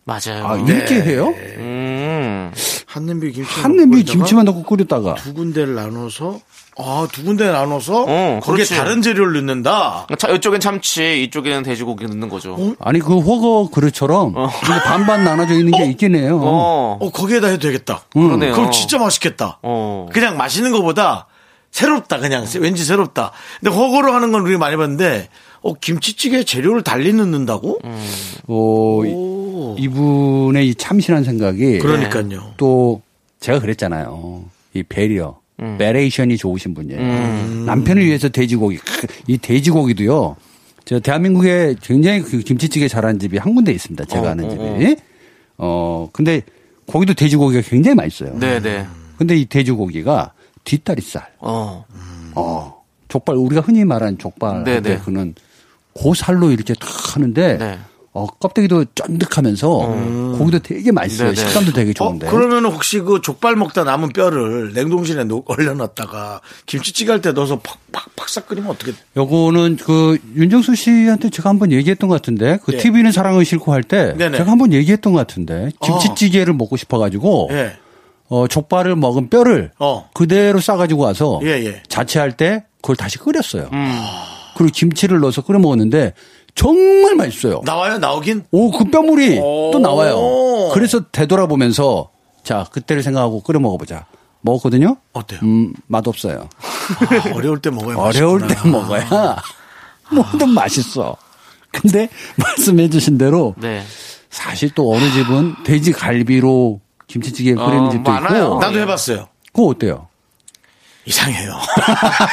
S2: 맞아요. 네.
S5: 아, 이렇게 해요?
S2: 음.
S1: 한냄비 김치
S5: 한 냄비 김치만 넣고 끓였다가
S1: 두 군데를 나눠서 아 두 군데 나눠서
S2: 어,
S1: 거기에
S2: 그렇지.
S1: 다른 재료를 넣는다.
S2: 자, 이쪽엔 참치, 이쪽에는 돼지고기 넣는 거죠. 어.
S5: 아니 그 호거 그릇처럼 이렇게 반반 나눠져 있는 게 있긴 해요. 음.
S2: 어.
S1: 어 거기에다 해도 되겠다.
S2: 그러네요.
S1: 그럼 진짜 맛있겠다.
S2: 어.
S1: 그냥 마시는 것보다 새롭다 그냥 왠지 새롭다. 근데 허거로 하는 건 우리 많이 봤는데 어 김치찌개 재료를 달리 넣는다고?
S2: 음.
S5: 어, 이-
S2: 네.
S5: 이분의 이 참신한 생각이
S1: 그러니까요.
S5: 또 제가 그랬잖아요. 이 배려,
S2: 음.
S5: 베레이션이 좋으신 분이에요. 남편을 위해서 돼지고기. 크, 이 돼지고기도요. 제가 대한민국에 굉장히 그 김치찌개 잘하는 집이 한 군데 있습니다. 제가
S2: 어,
S5: 아는 집이. 어, 근데 거기도 돼지고기가 굉장히 맛있어요.
S2: 네네.
S5: 근데 이 돼지고기가 뒷다리살,
S2: 어.
S5: 어, 족발, 우리가 흔히 말하는 족발,
S2: 네, 네.
S5: 그는 고살로 이렇게 탁 하는데,
S2: 네. 음.
S5: 어, 껍데기도 쫀득하면서 고기도 되게 맛있어요.
S2: 네, 네.
S5: 식감도 되게
S1: 어
S5: 좋은데.
S1: 그러면 혹시 그 족발 먹다 남은 뼈를 냉동실에 놓- 얼려놨다가 김치찌개 할 때 넣어서 팍팍팍 싹 끓이면 어떻게?
S5: 요거는 그 윤정수 씨한테 제가 한번 얘기했던 것 같은데 그
S1: 예.
S5: TV는 사랑을 싫고 할 때
S1: 네네.
S5: 제가 한번 얘기했던 것 같은데 김치찌개를 먹고 싶어가지고
S1: 예.
S5: 어, 족발을 먹은 뼈를
S1: 어.
S5: 그대로 싸가지고 와서
S1: 예, 음. 예.
S5: 자취할 때 그걸 다시 끓였어요. 그리고 김치를 넣어서 끓여 먹었는데 정말 맛있어요.
S1: 나와요 나오긴?
S5: 오, 그 뼈물이
S1: 오.
S5: 또 나와요. 그래서 되돌아보면서 자, 그때를 생각하고 끓여 먹어보자. 먹었거든요?
S1: 어때요?
S5: 음, 맛없어요.
S1: 아, 어려울 때 먹어야
S5: 어려울 때
S1: 맛있구나.
S5: 먹어야 아. 뭐든 맛있어. 근데 말씀해 주신 대로
S2: 네.
S5: 사실 또 어느 집은 돼지 갈비로 김치찌개 끓이는
S2: 어,
S5: 집도
S2: 많아요.
S5: 있고
S1: 나도 해봤어요.
S5: 그거 어때요?
S1: 이상해요.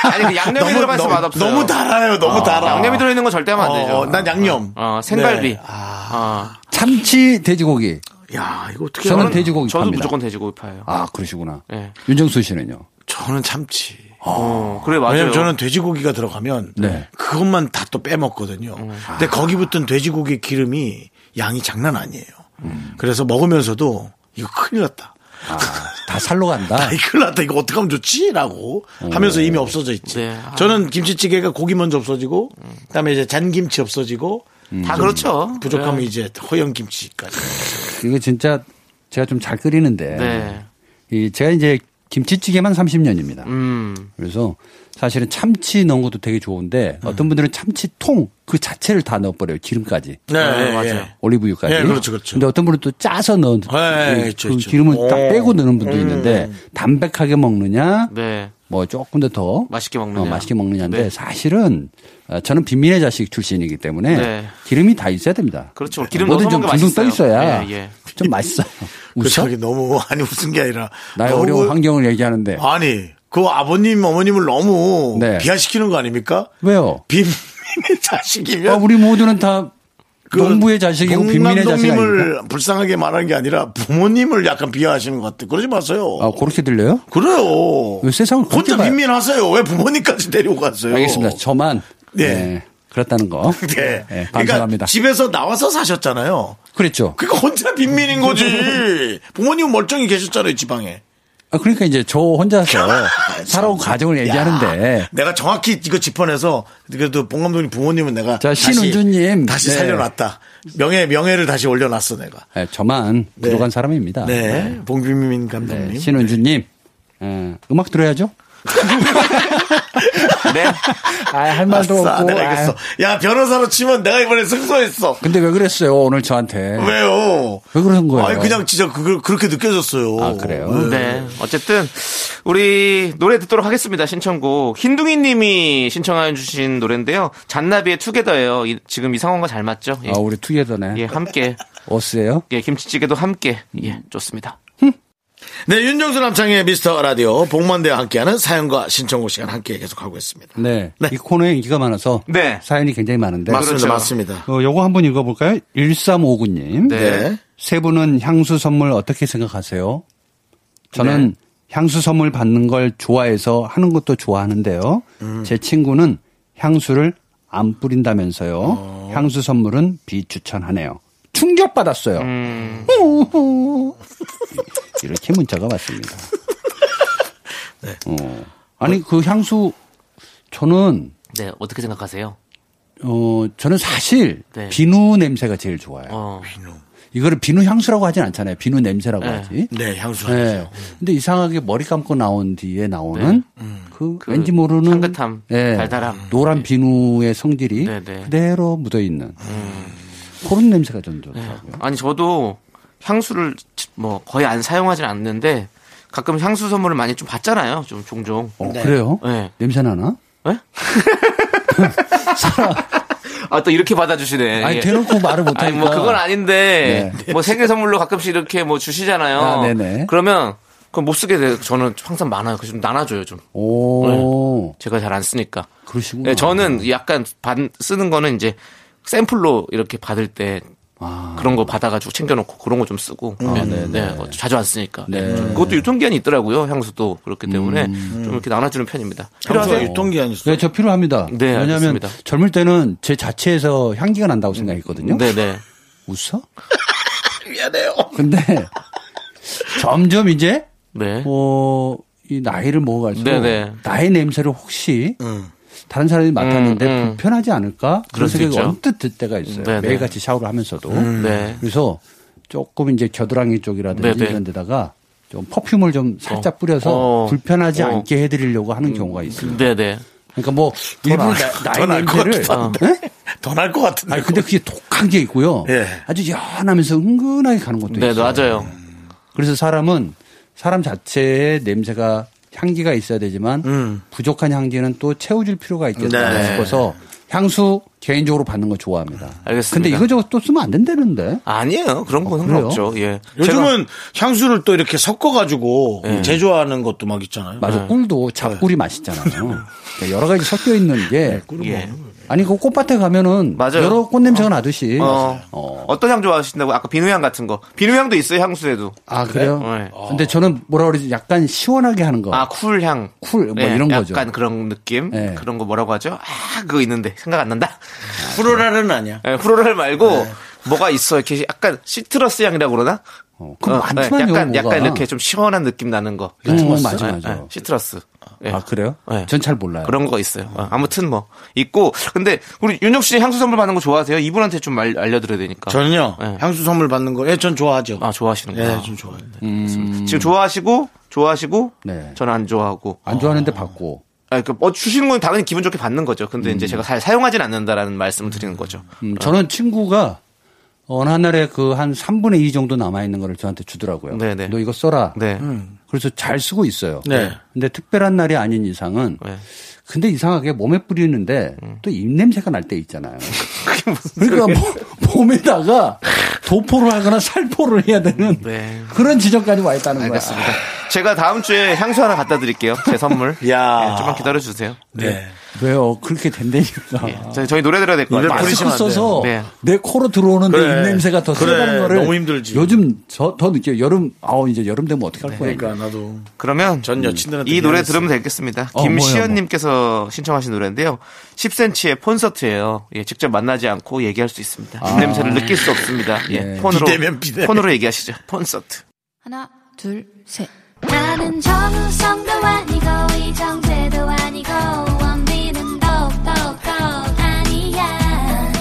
S2: 아니, 그 양념이 들어가 있으면 맛없어요.
S1: 너무 달아요. 너무 달아.
S2: 양념이 들어있는 건 절대 하면 안 되죠.
S1: 어, 난 양념.
S2: 어, 생갈비.
S1: 네. 아,
S2: 아,
S5: 참치 돼지고기.
S1: 네. 야, 이거 어떻게
S5: 저는
S1: 저는
S5: 돼지고기
S2: 저도
S5: 팝니다.
S2: 무조건 돼지고기 파예요.
S5: 아 그러시구나.
S2: 네.
S5: 윤정수 씨는요?
S1: 저는 참치.
S2: 어, 그래, 맞아요.
S1: 왜냐면 저는 돼지고기가 들어가면
S5: 네.
S1: 그것만 다 또 빼먹거든요.
S2: 음.
S1: 근데 거기 붙은 돼지고기 기름이 양이 장난 아니에요.
S2: 음.
S1: 그래서 먹으면서도 이거 큰일 났다.
S5: 아, 다 살로 간다.
S1: 아, 이 큰일 났다. 이거 어떻게 하면 좋지? 라고 하면서 이미 없어져 있지.
S2: 네. 아.
S1: 저는 김치찌개가 고기 먼저 없어지고 그다음에 이제 잔김치 없어지고
S2: 다 그렇죠.
S1: 부족하면 이제 허영김치까지.
S5: 이거 진짜 제가 좀 잘 끓이는데
S2: 네.
S5: 이 제가 이제 김치찌개만 30년입니다.
S2: 음.
S5: 그래서 사실은 참치 넣은 것도 되게 좋은데 어떤 분들은 참치통 그 자체를 다 넣어버려요 기름까지
S1: 네,
S2: 맞아요.
S1: 예.
S5: 올리브유까지.
S2: 네,
S1: 예, 그렇죠, 그렇죠.
S5: 근데 어떤 분은 또 짜서 넣은
S1: 예,
S5: 그,
S1: 예,
S2: 그렇죠,
S1: 있죠,
S5: 그
S1: 있죠.
S5: 기름을 딱
S1: 오.
S5: 빼고 넣는
S2: 음.
S5: 분도 있는데 담백하게 먹느냐
S2: 네.
S5: 뭐 조금 더 더 어,
S2: 맛있게 먹느냐.
S1: 어,
S5: 맛있게 먹느냐인데
S2: 네.
S5: 사실은 어, 저는 빈민의 자식 출신이기 때문에
S2: 네.
S5: 기름이 다 있어야 됩니다.
S2: 그렇죠. 기름
S5: 뭐든
S2: 넣어서
S5: 좀
S2: 먹는 게
S5: 둥둥 떠
S2: 맛있어요.
S5: 있어야
S2: 예, 그렇죠. 예.
S5: 좀 맛있어요.
S1: 그
S5: 웃어?
S1: 저기 너무 아니 웃은 게 아니라
S5: 나의
S1: 너무-
S5: 어려운 환경을 얘기하는데
S1: 아니 그 아버님 어머님을 너무
S5: 네.
S1: 비하시키는 거 아닙니까?
S5: 왜요?
S1: 빈민의 자식이면
S5: 아, 우리 모두는 다
S1: 예. 그
S5: 농부의 자식이고 빈민의 자식 아닙니까?
S1: 동남동님을 불쌍하게 말하는 게 아니라 부모님을 약간 비하하시는 것 같아. 그러지 마세요.
S5: 아 그렇게 들려요?
S1: 그래요.
S5: 왜 세상을 그렇게
S1: 혼자
S5: 봐요?
S1: 빈민하세요. 왜 부모님까지 데리고 갔어요?
S5: 알겠습니다. 저만
S1: 네.
S5: 네, 그렇다는 거
S1: 네.
S5: 네,
S1: 그러니까
S5: 감사합니다.
S1: 집에서 나와서 사셨잖아요.
S5: 그랬죠.
S1: 그러니까 혼자 빈민인 거지. 부모님 멀쩡히 계셨잖아요 지방에.
S5: 아, 그러니까 이제 저 혼자서 살아온 과정을 얘기하는데
S1: 내가 정확히 이거 짚어내서 그래도 봉 감독님 부모님은 내가
S5: 자,
S1: 다시-
S5: 신운주님.
S1: 다시
S5: 네.
S1: 살려놨다. 명예 명예를 다시 올려놨어 내가.
S5: 네, 저만
S1: 네.
S5: 부족한 사람입니다.
S1: 네, 음. 봉비민 감독님.
S5: 네, 신은주님 어, 음악 들어야죠.
S2: 네.
S5: 아, 할 말도
S1: 아싸,
S5: 없고.
S1: 내가 이겼어.
S5: 아,
S1: 야 변호사로 치면 내가 이번에 승소했어.
S5: 근데 왜 그랬어요 오늘 저한테?
S1: 왜요?
S5: 왜 그러는 거예요?
S1: 아니 그냥 진짜 그 그렇게 느껴졌어요.
S5: 아, 그래요?
S2: 네. 어쨌든, 우리 노래 듣도록 하겠습니다. 신청곡. 흰둥이 님이 신청해 주신 노래인데요. 잔나비의 투게더예요. 이- 지금 이 상황과 잘 맞죠? 예.
S5: 아, 우리 투게더네.
S2: 예, 함께.
S5: 어스예요?
S2: 예, 김치찌개도 함께. 예, 좋습니다.
S1: 네, 윤정수 남창의 미스터 라디오 복만대와 함께하는 사연과 신청곡 시간 함께 계속하고 있습니다.
S5: 네.
S1: 네.
S5: 이 코너에 인기가 많아서
S2: 네.
S5: 사연이 굉장히 많은데.
S1: 맞습니다,
S2: 그렇죠.
S1: 맞습니다.
S5: 어, 요거 한번 읽어볼까요? 1359님.
S2: 네.
S1: 네.
S5: 세 분은 향수 선물 어떻게 생각하세요?
S2: 네.
S5: 저는 향수 선물 받는 걸 좋아해서 하는 것도 좋아하는데요.
S2: 음.
S5: 제 친구는 향수를 안 뿌린다면서요.
S2: 어.
S5: 향수 선물은 비추천하네요. 충격받았어요.
S2: 음.
S5: 이렇게 문자가 왔습니다.
S2: 네.
S5: 어. 아니, 그 향수, 저는,
S2: 네, 어떻게 생각하세요?
S5: 어, 저는 사실
S2: 네.
S5: 비누 냄새가 제일 좋아요.
S2: 어.
S5: 이 이거를 비누 향수라고 하진 않잖아요. 비누 냄새라고 하지.
S1: 네, 향수.
S2: 그렇죠.
S5: 네.
S1: 네.
S5: 근데 이상하게 머리 감고 나온 뒤에 나오는 그, 왠지 모르는
S2: 네. 음. 향긋함,
S5: 예,
S2: 달달함.
S5: 노란 비누의 성질이
S2: 네, 음. 네.
S5: 그대로 묻어 있는 그런 냄새가 좀 좋더라고요.
S2: 아니 저도 향수를 뭐 거의 안 사용하진 않는데 가끔 향수 선물을 많이 좀 받잖아요. 좀 종종.
S5: 어, 그래요?
S2: 네.
S5: 냄새 나나?
S2: 예? 아 또 이렇게 받아주시네.
S5: 아니
S2: 예.
S5: 대놓고 말을 못
S2: 아니
S5: 하니까. 네.
S2: 뭐 그건 아닌데 뭐 생일 선물로 가끔씩 이렇게 뭐 주시잖아요.
S5: 아, 네네.
S2: 그러면 그건 못 쓰게 돼. 저는 항상 많아요. 그좀 나눠줘요 좀.
S5: 오,
S2: 제가 잘 안 쓰니까.
S5: 그러시구나.
S2: 예, 저는 약간 받, 쓰는 거는 이제 샘플로 이렇게 받을 때 그런 거 받아가지고 챙겨놓고 그런 거 좀 쓰고
S5: 음.
S2: 네, 네, 네. 그거 자주 안 쓰니까 네. 좀 그것도 유통기한이 있더라고요 향수도 그렇기 때문에
S5: 음.
S2: 좀 이렇게 나눠주는 편입니다
S1: 필요하세요? 유통기한이 있어요.
S5: 네, 저 필요합니다.
S2: 네,
S5: 왜냐하면
S2: 알겠습니다.
S5: 젊을 때는 제 자체에서 향기가 난다고 생각했거든요.
S2: 네네
S5: 웃어? 미안해요. 근데 점점 이제
S2: 네.
S5: 어, 이 나이를 먹어갈수록
S2: 네네.
S5: 나의 냄새를 혹시 다른 사람이 맡았는데
S2: 음.
S5: 불편하지 않을까
S2: 그럴
S5: 그런
S2: 수
S5: 생각이
S2: 있죠.
S5: 언뜻 들 때가 있어요.
S2: 네네.
S5: 매일같이 샤워를 하면서도.
S2: 네.
S5: 그래서 조금 이제 겨드랑이 쪽이라든지
S2: 네네.
S5: 이런 데다가 좀 퍼퓸을 좀 살짝 뿌려서
S2: 어.
S5: 불편하지
S2: 어.
S5: 않게 해드리려고 하는 경우가 있어요.
S2: 네네
S5: 그러니까 뭐 일부러 나,
S1: 더
S5: 나의
S1: 나을 것
S5: 냄새를
S2: 어.
S1: 같은데.
S5: 예?
S1: 더날 것 같은데.
S5: 아니, 근데 그게 독한 게 있고요.
S1: 예.
S5: 아주 연하면서 은근하게 가는 것도
S2: 네
S5: 있어요.
S2: 맞아요
S5: 그래서 사람은 사람 자체의 냄새가 향기가 있어야 되지만 부족한 향기는 또 채워줄 필요가 있겠다
S1: 네.
S5: 싶어서 향수 개인적으로 받는 거 좋아합니다.
S2: 알겠습니다.
S5: 근데 이거저거 또 쓰면 안 된다는데.
S2: 아니에요 그런 건 상관없죠 예
S1: 요즘은 향수를 또 이렇게 섞어가지고 제조하는 것도 막 있잖아요.
S5: 맞아.
S2: 네.
S5: 꿀도 잡꿀이 맛있잖아요. 그러니까 여러 가지 섞여 있는 게
S2: 제가- 예.
S5: 아니 그 꽃밭에 가면은
S2: 맞아요.
S5: 여러 꽃 냄새가 나듯이
S2: 어,
S5: 어.
S2: 어떤 향 좋아하신다고 아까 비누향 같은 거 비누향도 있어요 향수에도
S5: 아 그래요?
S2: 네. 어.
S5: 근데 저는 뭐라 그러지 약간 시원하게 하는 거.
S2: 아 쿨향 네,
S5: 쿨, 뭐 이런
S2: 약간
S5: 거죠.
S2: 그런 느낌
S5: 네.
S2: 그런 거 뭐라고 하죠 아 그거 있는데 생각 안 난다
S1: 프로랄은 아니야.
S2: 예, 프로랄 말고
S5: 네.
S2: 뭐가 있어 이렇게 약간 시트러스 향이라고 그러나?
S5: 어, 그럼
S2: 어,
S5: 많지만요,
S2: 예, 약간
S5: 뭐가.
S2: 약간 이렇게 좀 시원한 느낌 나는 거.
S5: 음,
S2: 시트러스.
S5: 맞아,
S2: 예,
S5: 맞아.
S2: 예, 시트러스. 예.
S5: 아, 그래요?
S2: 예.
S5: 전 잘 몰라요.
S2: 그런 거 있어요. 어, 아무튼 뭐 있고 근데 우리 윤혁 씨 향수 선물 받는 거 좋아하세요? 이분한테 좀 알, 알려드려야 되니까.
S1: 저는요
S2: 네.
S1: 예. 향수 선물 받는 거, 예, 전 좋아하죠.
S2: 아 좋아하시는 거.
S1: 예, 좀 좋아요.
S2: 지금 좋아하시고 좋아하시고
S5: 네.
S2: 저는 안 좋아하고.
S5: 안 좋아하는데 받고.
S2: 아, 그, 뭐, 주시는 건 당연히 기분 좋게 받는 거죠. 근데 이제 제가 잘 사용하진 않는다라는 말씀을 드리는 거죠.
S5: 음, 저는 친구가 어느 날에 그 한 3분의 2 정도 남아있는 거를 저한테 주더라고요.
S2: 네네.
S5: 너 이거 써라. 음.
S2: 네.
S5: 그래서 잘 쓰고 있어요.
S1: 네.
S5: 근데 특별한 날이 아닌 이상은
S2: 네. 음.
S5: 근데 이상하게 몸에 뿌리는데 또 입냄새가 날 때 있잖아요. 그러니까 뭐- 몸에다가 도포를 하거나 살포를 해야 되는
S2: 네.
S5: 그런 지점까지 와 있다는 거야.
S2: 알겠습니다. 제가 다음 주에 향수 하나 갖다 드릴게요. 제 선물.
S1: 야.
S2: 예, 좀만 기다려 주세요.
S1: 네.
S5: 왜요? 그렇게 된다니까.
S2: 저희 노래 들어야 될 것
S1: 노래 많이
S2: 같아요. 네.
S5: 마스크
S1: 뿌리시면 안
S5: 써서
S2: 돼요.
S5: 내 코로 들어오는
S1: 그래.
S5: 내 입냄새가 더
S1: 그래.
S5: 세다는 거를
S1: 너무 힘들지.
S5: 요즘 저, 더 느껴요. 여름, 아우, 이제 여름 되면 어떻게 할 거야.
S1: 그러니까 나도
S2: 그러면
S1: 전 여친들한테
S2: 이 노래
S1: 미안했어요.
S2: 들으면 되겠습니다.
S5: 어, 뭐예요, 뭐.
S2: 김시연님께서 신청하신 노래인데요. 10cm의 콘서트예요. 예, 직접 만나지 않고 얘기할 수 있습니다.
S5: 아.
S2: 냄새를 느낄 수 없습니다. 예, 폰으로
S1: 비대면, 비대면.
S2: 폰으로 얘기하시죠. 콘서트.
S3: 하나, 둘, 셋.
S6: 나는 정우성도 아니고 이정재도 아니고 원빈은 더욱더 아니야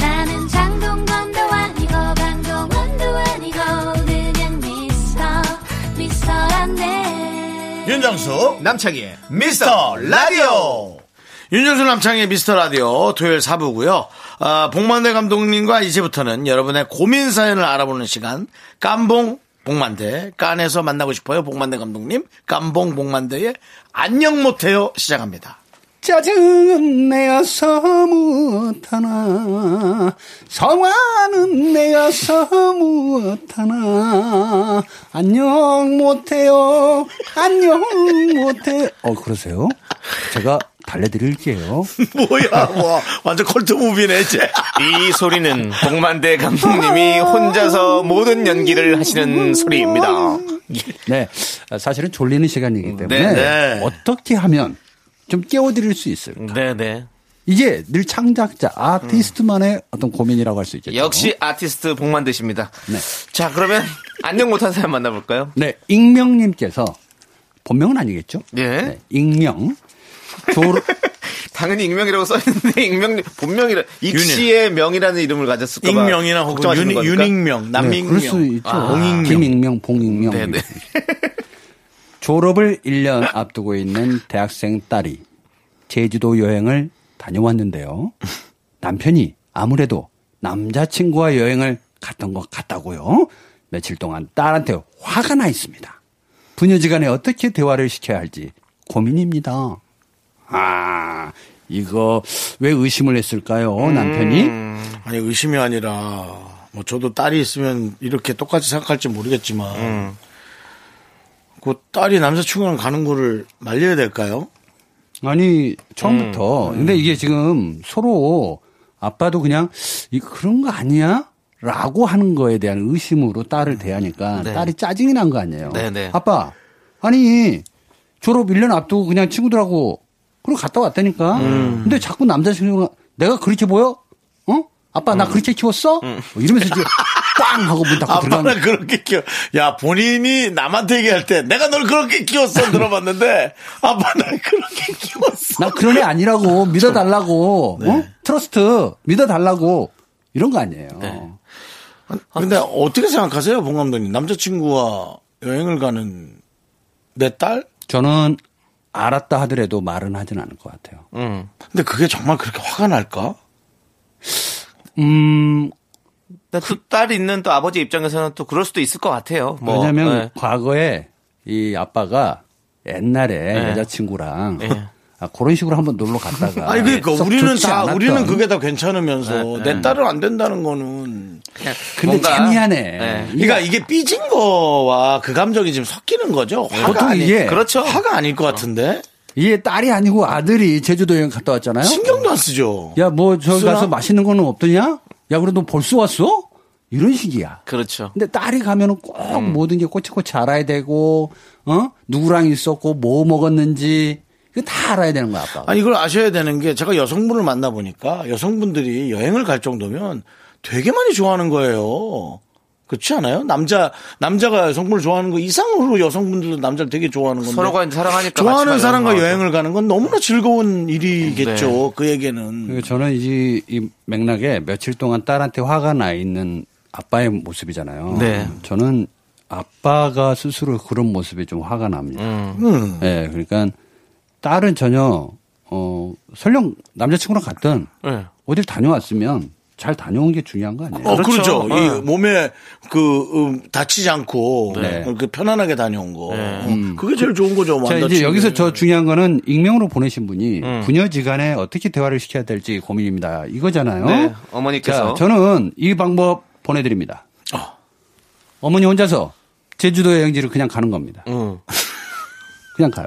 S6: 나는 장동건도 아니고 강동원도 아니고 그냥 미스터 미스터란데
S1: 윤정수 남창희 미스터 라디오 윤정수 남창희 미스터 라디오 토요일 4부고요 아, 복만대 감독님과 이제부터는 여러분의 고민 사연을 알아보는 시간 깜봉 복만대 깐에서 만나고 싶어요 복만대 감독님 깜봉 복만대의 안녕 못해요 시작합니다
S5: 짜증은 내가 서뭇하나 성화는 내가 서뭇하나 안녕 못해요 안녕 못해 어 그러세요? 제가 달래드릴게요
S1: 뭐야 와 완전 컬트 무비네 이제
S2: 이 소리는 복만대 감독님이 혼자서 모든 연기를 하시는 소리입니다.
S5: 네, 사실은 졸리는 시간이기 때문에
S2: 네,
S1: 네.
S5: 어떻게 하면 좀 깨워드릴 수 있을까?
S2: 네, 네.
S5: 이게 늘 창작자 아티스트만의 어떤 고민이라고 할 수
S2: 음.
S5: 있겠죠.
S2: 역시 아티스트 복만대십니다.
S5: 네.
S2: 자, 그러면 안녕 못한 사람 만나볼까요?
S5: 네, 익명님께서 본명은 아니겠죠?
S2: 예.
S5: 네, 익명. 졸,
S2: 당연히 익명이라고 써있는데 익명 본명이라 익시의 명이라는 이름을 가졌을까 그러니까 봐
S1: 익명이나 혹은
S2: 걱정하시는
S1: 윤,
S2: 겁니까?
S1: 윤익명,
S5: 네,
S1: 남익명. 아,
S5: 그럴 수 있죠.
S1: 봉익명.
S5: 김익명, 봉익명.
S2: 네네.
S5: 졸업을 1년 앞두고 있는 대학생 딸이 제주도 여행을 다녀왔는데요. 남편이 아무래도 남자친구와 여행을 갔던 것 같다고요. 며칠 동안 딸한테 화가 나 있습니다. 부녀지간에 어떻게 대화를 시켜야 할지 고민입니다. 아, 이거 왜 의심을 했을까요? 남편이?
S1: 아니 의심이 아니라 뭐 저도 딸이 있으면 이렇게 똑같이 생각할지 모르겠지만
S2: 음.
S1: 그 딸이 남자친구랑 가는 거를 말려야 될까요?
S5: 아니 처음부터 근데 이게 지금 서로 아빠도 그냥 이 그런 거 아니야? 라고 하는 거에 대한 의심으로 딸을 대하니까
S2: 네.
S5: 딸이 짜증이 난 거 아니에요.
S2: 네, 네.
S5: 아빠 아니 졸업 1년 앞두고 그냥 친구들하고 그러 갔다 왔다니까. 근데 자꾸 남자친구가 내가 그렇게 보여? 어? 아빠 나 그렇게 키웠어? 뭐 이러면서 이제 꽝 하고 문 닫고 들어가는
S1: 아빠는 그렇게 키워. 야 본인이 남한테 얘기할 때 내가 널 그렇게 키웠어 들어봤는데 아빠 날 그렇게 키웠어.
S5: 나 그런 애 아니라고 믿어달라고 어? 트러스트 믿어달라고 이런 거 아니에요. 아, 그-
S1: 근데 어떻게 생각하세요, 봉 감독님? 남자친구와 여행을 가는 내 딸?
S5: 저는 알았다 하더라도 말은 하진 않을 것 같아요.
S2: 음.
S1: 근데 그게 정말 그렇게 화가 날까?
S5: 음,
S2: 근데 또 딸이 있는 또 아버지 입장에서는 또 그럴 수도 있을 것 같아요. 뭐.
S5: 왜냐면
S2: 네.
S5: 과거에 이 아빠가 옛날에
S1: 네.
S5: 여자친구랑 아, 그런 식으로 한번 놀러 갔다가
S1: 아니 그러니까
S5: 썩
S1: 우리는
S5: 좋지
S1: 다
S5: 않았던. 네,
S1: 우리는 그게 다 괜찮으면서 내 딸은 안 된다는 거는
S5: 근데
S2: 네. 뭔가-
S5: 참이하네.
S2: 네.
S1: 그러니까 이게 삐진 거와 그 감정이 지금 섞이는 거죠. 화가
S5: 네. 보통
S1: 아니,
S5: 이게-
S1: 그렇죠. 화가 아닐 것 같은데
S5: 이게 딸이 아니고 아들이 제주도 여행 갔다 왔잖아요.
S1: 신경도 안 쓰죠.
S5: 어? 야 뭐 저기
S1: 쓰나?
S5: 가서 맛있는 거는 없더냐? 야 그래도 벌써 왔어? 이런 식이야.
S2: 그렇죠.
S5: 근데 딸이 가면은 꼭 모든 게 꼬치꼬치 알아야 되고, 어? 누구랑 있었고, 뭐 먹었는지, 이거 다 알아야 되는 거야, 아빠가.
S1: 아니 이걸 아셔야 되는 게 제가 여성분을 만나 보니까 여성분들이 여행을 갈 정도면 되게 많이 좋아하는 거예요. 그렇지 않아요? 남자 남자가 여성분을 좋아하는 거 이상으로 여성분들도 남자를 되게 좋아하는 건데
S2: 서로가 이제 어, 네. 사랑하니까
S1: 좋아하는
S2: 같이
S1: 사람과
S2: 가려고
S1: 여행을 가는 건 너무나 즐거운 일이겠죠. 그에게는
S5: 그리고 저는 이, 이 맥락에 며칠 동안 딸한테 화가 나 있는 아빠의 모습이잖아요.
S2: 네.
S5: 저는 아빠가 스스로 그런 모습이 좀 화가 납니다.
S1: 음.
S5: 예, 그러니까 딸은 전혀, 어, 설령 남자친구랑 갔든
S2: 네.
S5: 어딜 다녀왔으면 잘 다녀온 게 중요한 거 아니에요?
S1: 어,
S2: 그렇죠.
S1: 그렇죠. 이
S2: 네.
S1: 몸에 그 음, 다치지 않고
S5: 네.
S1: 그 편안하게 다녀온 거.
S2: 네.
S1: 어,
S2: 음.
S1: 그게 제일 좋은 거죠.
S5: 자,
S1: 완전
S5: 이제 여기서 저 중요한 거는 익명으로 보내신 분이
S2: 음.
S5: 부녀지간에 어떻게 대화를 시켜야 될지 고민입니다. 이거잖아요.
S2: 네, 어머니께서.
S5: 자, 저는 이 방법 보내드립니다. 어. 머니 혼자서 제주도 여행지를 그냥 가는 겁니다.
S2: 음.
S5: 그냥 가요.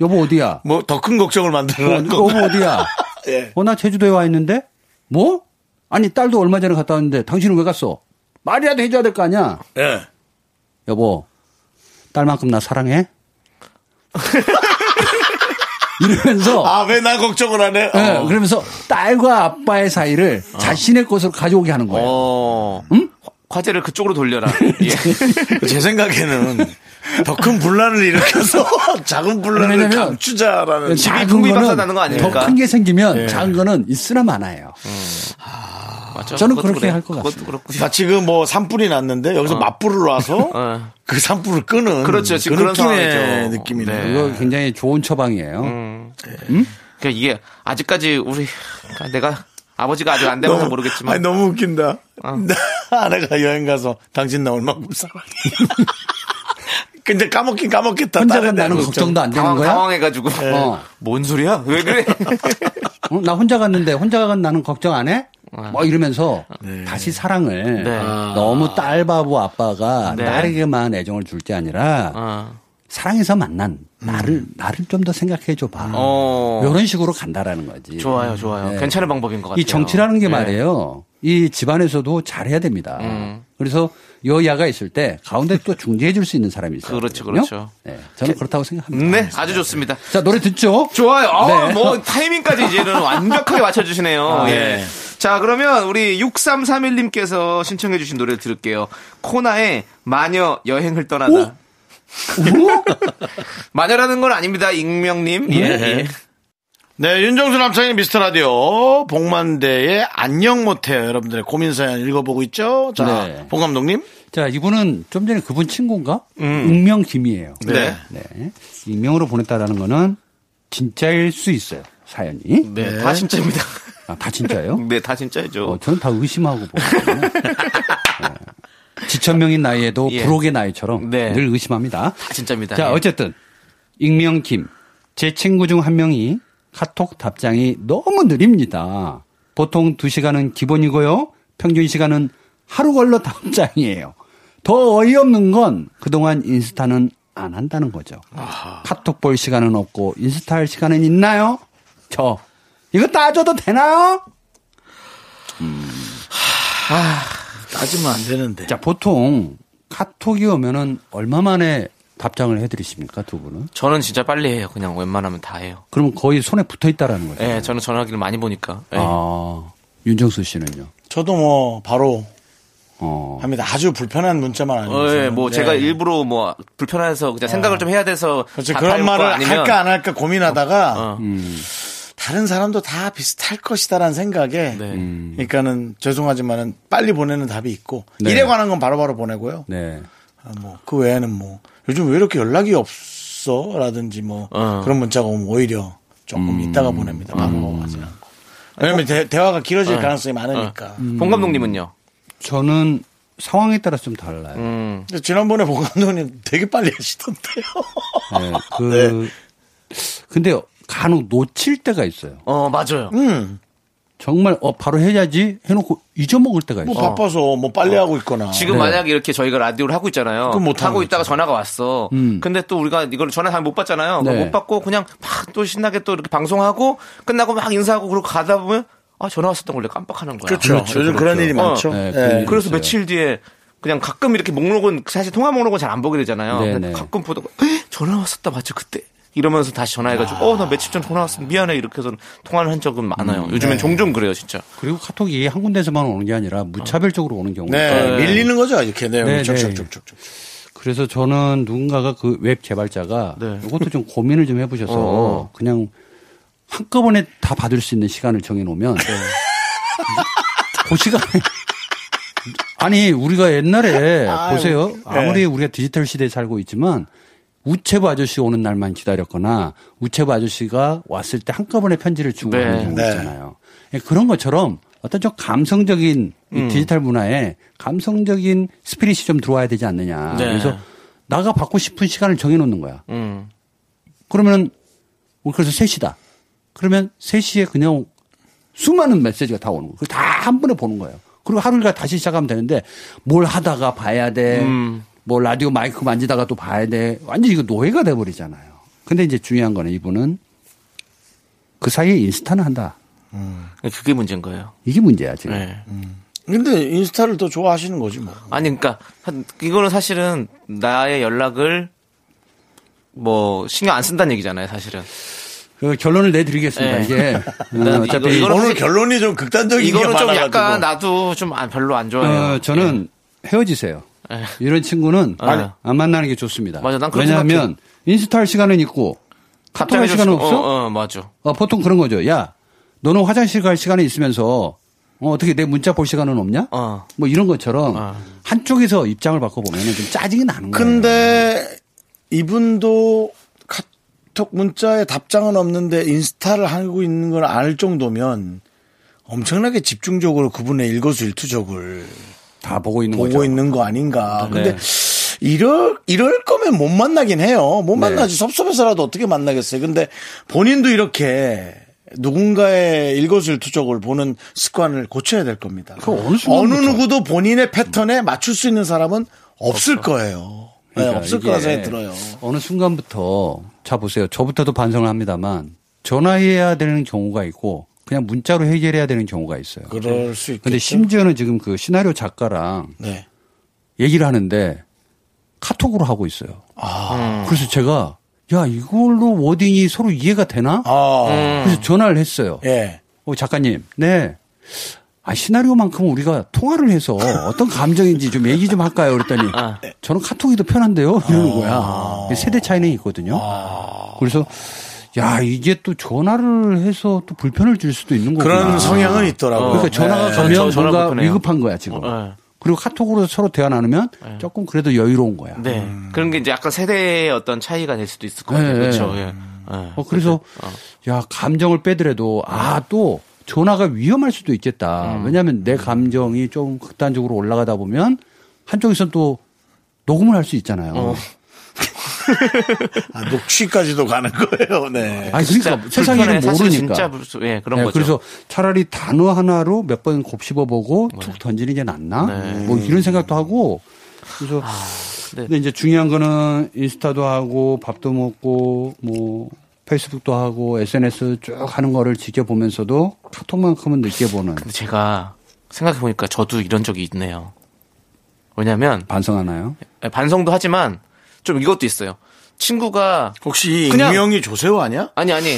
S5: 여보 어디야?
S1: 뭐더 큰 걱정을
S2: 음.
S1: 만들어는
S5: 여보
S1: 거.
S5: 어디야?
S1: 예.
S5: 어, 나 제주도에 와 있는데? 뭐? 아니, 딸도 얼마 전에 갔다 왔는데 당신은 왜 갔어? 말이라도 해줘야 될 거 아니야?
S1: 예.
S5: 여보, 딸만큼 나 사랑해? 이러면서
S1: 아왜 나 걱정을 안 해?
S5: 예,
S1: 어.
S5: 그러면서 딸과 아빠의 사이를 자신의 것으로 가져오게 하는 거예요.
S2: 어. 화- 화제를 그쪽으로 돌려라. 예.
S1: 제 생각에는 더 큰 분란을 일으켜서 작은 분란을
S5: 왜냐면
S1: 감추자라는.
S2: 품위 박산나는 거 아닙니까?
S5: 그러니까
S2: 예.
S5: 더큰 게 생기면 작은 거는 있으나 마나예요.
S2: 맞죠.
S5: 저는
S2: 그것도
S5: 그렇게 할것
S2: 그것도 그렇고.
S1: 마치 그뭐 산불이 났는데 여기서 맞불을 놔서
S2: 어.
S1: 그 산불을 끄는
S2: 그렇죠. 지금
S1: 그
S2: 그런
S1: 느낌의
S2: 상황이죠.
S1: 느낌이네요.
S2: 네.
S5: 이거 굉장히 좋은 처방이에요.
S2: 음, 그러니까 이게 아직까지 우리 그러니까 내가 아버지가 아직 안 돼서 모르겠지만 어.
S1: 아니, 너무 웃긴다. 나 아내가 여행 가서 당신 나 얼마큼 사랑해. 근데 까먹긴 까먹겠다.
S5: 혼자가
S1: 다른 데
S5: 나는
S1: 걱정.
S5: 걱정도 안 되는
S2: 당황,
S5: 거야?
S2: 당황해가지고
S5: 어.
S2: 뭔 소리야? 왜 그래?
S5: 어, 나 혼자 갔는데 혼자 간 나는 걱정 안 해? 뭐 이러면서 다시 사랑을
S2: 어. 네.
S5: 너무 딸 바보 아빠가
S2: 네.
S5: 딸에게만 애정을 줄 게 아니라
S2: 어.
S5: 사랑에서 만난 나를 나를 좀 더 생각해 줘봐.
S2: 음. 어.
S5: 이런 식으로 간다라는 거지.
S2: 좋아요, 좋아요.
S5: 네.
S2: 괜찮은 방법인 것 같아요.
S5: 이 정치라는 게
S2: 예.
S5: 말이에요. 이 집안에서도 잘해야 됩니다.
S2: 음.
S5: 그래서 여야가 있을 때 가운데 또 중재해 줄 수 있는 사람이 있어요.
S2: 그렇죠, 그렇죠.
S5: 네, 저는 그렇다고 생각합니다.
S2: 네, 아주 좋습니다.
S5: 자, 노래 듣죠?
S2: 좋아요. 아,
S5: 네. 아,
S2: 뭐 타이밍까지 이제는 완벽하게 맞춰주시네요. 예. 자, 그러면 우리 6331님께서 신청해주신 노래를 들을게요. 코나의 마녀 여행을 떠나다. 마녀라는 건 아닙니다, 익명님. 예. 예.
S1: 네, 윤정수 남창의 미스터 라디오 복만대의 안녕 못해요. 여러분들의 고민 사연 읽어보고 있죠? 자,
S5: 네.
S1: 봉 감독님.
S5: 자, 이분은 좀 전에 그분 친구인가?
S2: 음.
S5: 익명 김이에요.
S1: 네.
S5: 네. 익명으로 보냈다라는 거는 진짜일 수 있어요. 사연이.
S2: 네, 다 진짜입니다.
S5: 아, 다 진짜예요?
S2: 네, 다 진짜죠.
S5: 어, 저는 다 의심하고 보거든요. 네. 지천명인 나이에도
S2: 예.
S5: 불혹의 나이처럼
S2: 네.
S5: 늘 의심합니다.
S2: 다 진짜입니다. 예.
S5: 자, 어쨌든 익명 김. 제 친구 중 한 명이 카톡 답장이 너무 느립니다. 보통 2시간은 기본이고요. 평균 시간은 하루 걸러 답장이에요. 더 어이없는 건 그동안 인스타는 안 한다는 거죠.
S2: 아.
S5: 카톡 볼 시간은 없고 인스타 할 시간은 있나요? 저 이거 따져도 되나요?
S1: 따지면 안 되는데.
S5: 자, 보통 카톡이 오면은 얼마 만에 답장을 해 드리십니까, 두 분은?
S2: 저는 진짜 빨리 해요. 그냥 웬만하면 다 해요.
S5: 그럼 거의 손에 붙어 있다라는 거죠.
S1: 네,
S2: 예,
S1: 음.
S2: 저는 전화기를 많이 보니까. 예.
S5: 아, 윤정수 씨는요?
S1: 저도 뭐, 바로
S5: 어.
S1: 합니다. 아주 불편한 문자만 아니면.
S2: 어, 예, 뭐 제가 일부러 뭐 불편해서 그냥 생각을 좀 해야 돼서
S1: 네. 그렇지,
S2: 다
S1: 그런
S2: 달고
S1: 말을
S2: 아니면-
S1: 할까 안 할까 고민하다가
S2: 어.
S1: 음. 다른 사람도 다 비슷할 것이다라는 생각에
S2: 네.
S1: 음. 그러니까는 죄송하지만은 빨리 보내는 답이 있고
S5: 네.
S1: 일에 관한 건 바로바로 보내고요.
S5: 네.
S1: 뭐 그 외에는 뭐 요즘 왜 이렇게 연락이 없어라든지 뭐
S2: 어.
S1: 그런 문자가 오면 오히려 조금 이따가 보냅니다. 바로 하지 않고. 왜냐면 대, 화가 길어질 가능성이 많으니까.
S2: 봉 감독님은요?
S5: 저는 상황에 따라서 좀 달라요.
S2: 음.
S1: 근데 지난번에 보 감독님 되게 빨리 하시던데요.
S5: 네, 그
S1: 네.
S5: 근데 간혹 놓칠 때가 있어요.
S2: 어, 맞아요.
S1: 음,
S5: 정말 어 바로 해야지 해놓고 잊어먹을 때가
S1: 뭐
S5: 있어요.
S1: 바빠서 뭐 빨리 하고 있거나.
S2: 지금 만약에 이렇게 저희가 라디오를 하고 있잖아요.
S1: 네. 그럼 못 하는
S2: 하고
S1: 거죠.
S2: 있다가 전화가 왔어.
S5: 음.
S2: 근데 또 우리가 이걸 전화 잘 못 받잖아요.
S5: 네.
S2: 그거 못 받고 그냥 막 또 신나게 또 이렇게 방송하고 끝나고 막 인사하고 그러고 가다 보면 아, 전화 왔었던 걸 내가 깜빡하는 거야.
S1: 그렇죠. 요즘 그런 일이
S2: 어.
S1: 많죠.
S5: 네,
S1: 예.
S5: 그 일.
S2: 그래서
S5: 있어요.
S2: 며칠 뒤에 그냥 가끔 이렇게 목록은 사실 통화 목록은 잘 안 보게 되잖아요.
S5: 네네.
S2: 근데 가끔 보다가 "헉, 전화 왔었다 맞죠 그때 이러면서 다시 전화해가지고 어 나 며칠 전에 전화 왔어 미안해 이렇게 해서 통화를 한 적은 많아요.
S5: 음,
S2: 요즘엔
S5: 네.
S2: 종종 그래요 진짜.
S5: 그리고 카톡이 한 군데서만 오는 게 아니라 무차별적으로 오는 경우가
S1: 네, 밀리는 거죠. 이렇게 내용이
S5: 네, 네.
S1: 쭉쭉쭉쭉.
S5: 그래서 저는 누군가가 그 웹 개발자가
S2: 네.
S5: 이것도 좀 고민을 좀 해보셔서
S2: 어.
S5: 그냥 한꺼번에 다 받을 수 있는 시간을 정해놓으면
S2: 네.
S5: 그 시간에 아니 우리가 옛날에
S2: 아, 네.
S5: 보세요 아무리 우리가 디지털 시대에 살고 있지만 우체부 아저씨 오는 날만 기다렸거나 우체부 아저씨가 왔을 때 한꺼번에 편지를 주고
S2: 네.
S5: 가는 경우
S1: 네.
S5: 있잖아요. 예, 그런 것처럼 어떤 좀 감성적인 이
S2: 음.
S5: 디지털 문화에 감성적인 스피릿이 좀 들어와야 되지 않느냐.
S2: 네.
S5: 아, 그래서 나가 받고 싶은 시간을 정해놓는 거야.
S2: 음.
S5: 그러면은 어, 그래서 3시다. 그러면 3시에 그냥 수많은 메시지가 다 오는 거예요. 다 한 번에 보는 거예요. 그리고 하루일과 다시 시작하면 되는데 뭘 하다가 봐야 돼.
S2: 음.
S5: 뭐 라디오 마이크 만지다가 또 봐야 돼. 완전 이거 노예가 돼 버리잖아요. 근데 이제 중요한 거는 이분은 그 사이에 인스타는 한다.
S2: 그게 문제인 거예요.
S5: 이게 문제야, 지금.
S2: 네.
S1: 근데 인스타를 더 좋아하시는 거지 뭐.
S2: 아니 그러니까 한- 이거는 사실은 나의 연락을 뭐 신경 안 쓴다는 얘기잖아요 사실은.
S5: 그 결론을 내드리겠습니다.
S2: 네.
S5: 이게 어,
S2: 이거-
S5: 어차피
S2: 네, 이거는
S1: 오늘
S2: 사실-
S1: 결론이 좀 극단적인
S2: 이거는
S1: 게
S2: 좀
S1: 많아가지고.
S2: 약간 나도 좀 안- 별로 안 좋아해요. 예.
S5: 어, 저는 헤어지세요. 이런 친구는
S2: 아.
S5: 안 만나는 게 좋습니다.
S2: 맞아, 난 그렇게
S5: 왜냐하면 인스타 할 시간은 있고
S2: 갑자기
S5: 카톡할 시간은
S2: 좀-
S5: 없어.
S2: 어, 어, 맞아.
S5: 어, 보통 그런 거죠. 야, 너는 화장실 갈 시간이 있으면서 어, 떻게내 문자 볼 시간은 없냐?
S2: 어.
S5: 뭐 이런 것처럼 한쪽에서 입장을 바꿔보면 좀 짜증이 나는 거예요.
S1: 근데 이분도 카톡 문자에 답장은 없는데 인스타를 하고 있는 걸 알 정도면 엄청나게 집중적으로 그분의 일거수일투족을
S5: 다 보고 있는
S1: 보고
S5: 거죠. 네.
S1: 있는 거 아닌가. 근데 이럴 이럴 거면 못 만나긴 해요.
S5: 네.
S1: 못 만나지 섭섭해서라도 어떻게 만나겠어요. 근데 본인도 이렇게 누군가의 일거수일투족을 보는 습관을 고쳐야 될 겁니다.
S5: 그 어느
S1: 어느
S5: 순간부터.
S1: 누구도 본인의 패턴에 맞출 수 있는 사람은 없을 거예요. 네,
S5: 그러니까
S1: 없을
S5: 이게
S1: 거라 생각이 들어요.
S5: 어느 순간부터 자 보세요. 저부터도 반성을 합니다만 전화해야 되는 경우가 있고 그냥 문자로 해결해야 되는 경우가 있어요.
S1: 그럴 수 있겠죠.
S5: 근데 심지어는 지금 그 시나리오 작가랑
S1: 네.
S5: 얘기를 하는데 카톡으로 하고 있어요.
S1: 아.
S5: 그래서 제가 야 이걸로 워딩이 서로 이해가 되나?
S1: 아,
S5: 그래서 전화를 했어요.
S1: 예.
S5: 어, 작가님, 네. 아, 시나리오만큼 우리가 통화를 해서 어떤 감정인지 좀 얘기 좀 할까요? 그랬더니
S1: 아. 아.
S5: 저는 카톡이 더 편한데요? 이러는 거야. 세대 차이는 있거든요. 그래서 야 이게 또 전화를 해서 또 불편을 줄 수도 있는 거구나.
S1: 그런 성향은 있더라고요.
S5: 아. 그러니까 전화가
S1: 네.
S5: 가면
S2: 어. 저- 전화
S5: 뭔가
S2: 불편해요.
S5: 위급한 거야 지금.
S2: 어, 네.
S5: 그리고 카톡으로 서로 대화 나누면 조금 그래도 여유로운 거야.
S2: 네. 그런 게 이제 약간 세대의 어떤 차이가 될 수도 있을 것 같아요.
S5: 음. 네,
S2: 그렇죠.
S5: 네.
S2: 예. 예.
S5: 어, 그래서 야 감정을 빼더라도 아 또 전화가 위험할 수도 있겠다.
S2: 음.
S5: 왜냐하면 내 감정이 좀 극단적으로 올라가다 보면 한쪽에선 또 녹음을 할 수 있잖아요.
S2: 어.
S1: 아, 녹취까지도 가는 거예요. 네.
S5: 아니 그러니까
S2: 진짜
S5: 세상 일을
S2: 불편해. 사실
S5: 모르니까.
S2: 진짜 불- 예, 그런
S5: 네,
S2: 거죠.
S5: 그래서 차라리 단어 하나로 몇 번 곱씹어보고
S2: 네.
S5: 툭 던지는 게 낫나? 뭐 이런 생각도 하고. 그래서
S2: 네.
S5: 근데 이제 중요한 거는 인스타도 하고 밥도 먹고 뭐 페이스북도 하고 SNS 쭉 하는 거를 지켜보면서도 카톡만큼은 느껴보는
S2: 근데 제가 생각해 보니까 저도 이런 적이 있네요. 왜냐면 예,
S5: 반성하나요?
S2: 반성도 하지만 좀 이것도 있어요. 친구가
S1: 혹시 이
S2: 그냥-
S1: 익명이 조세호 아니야?
S2: 아니 아니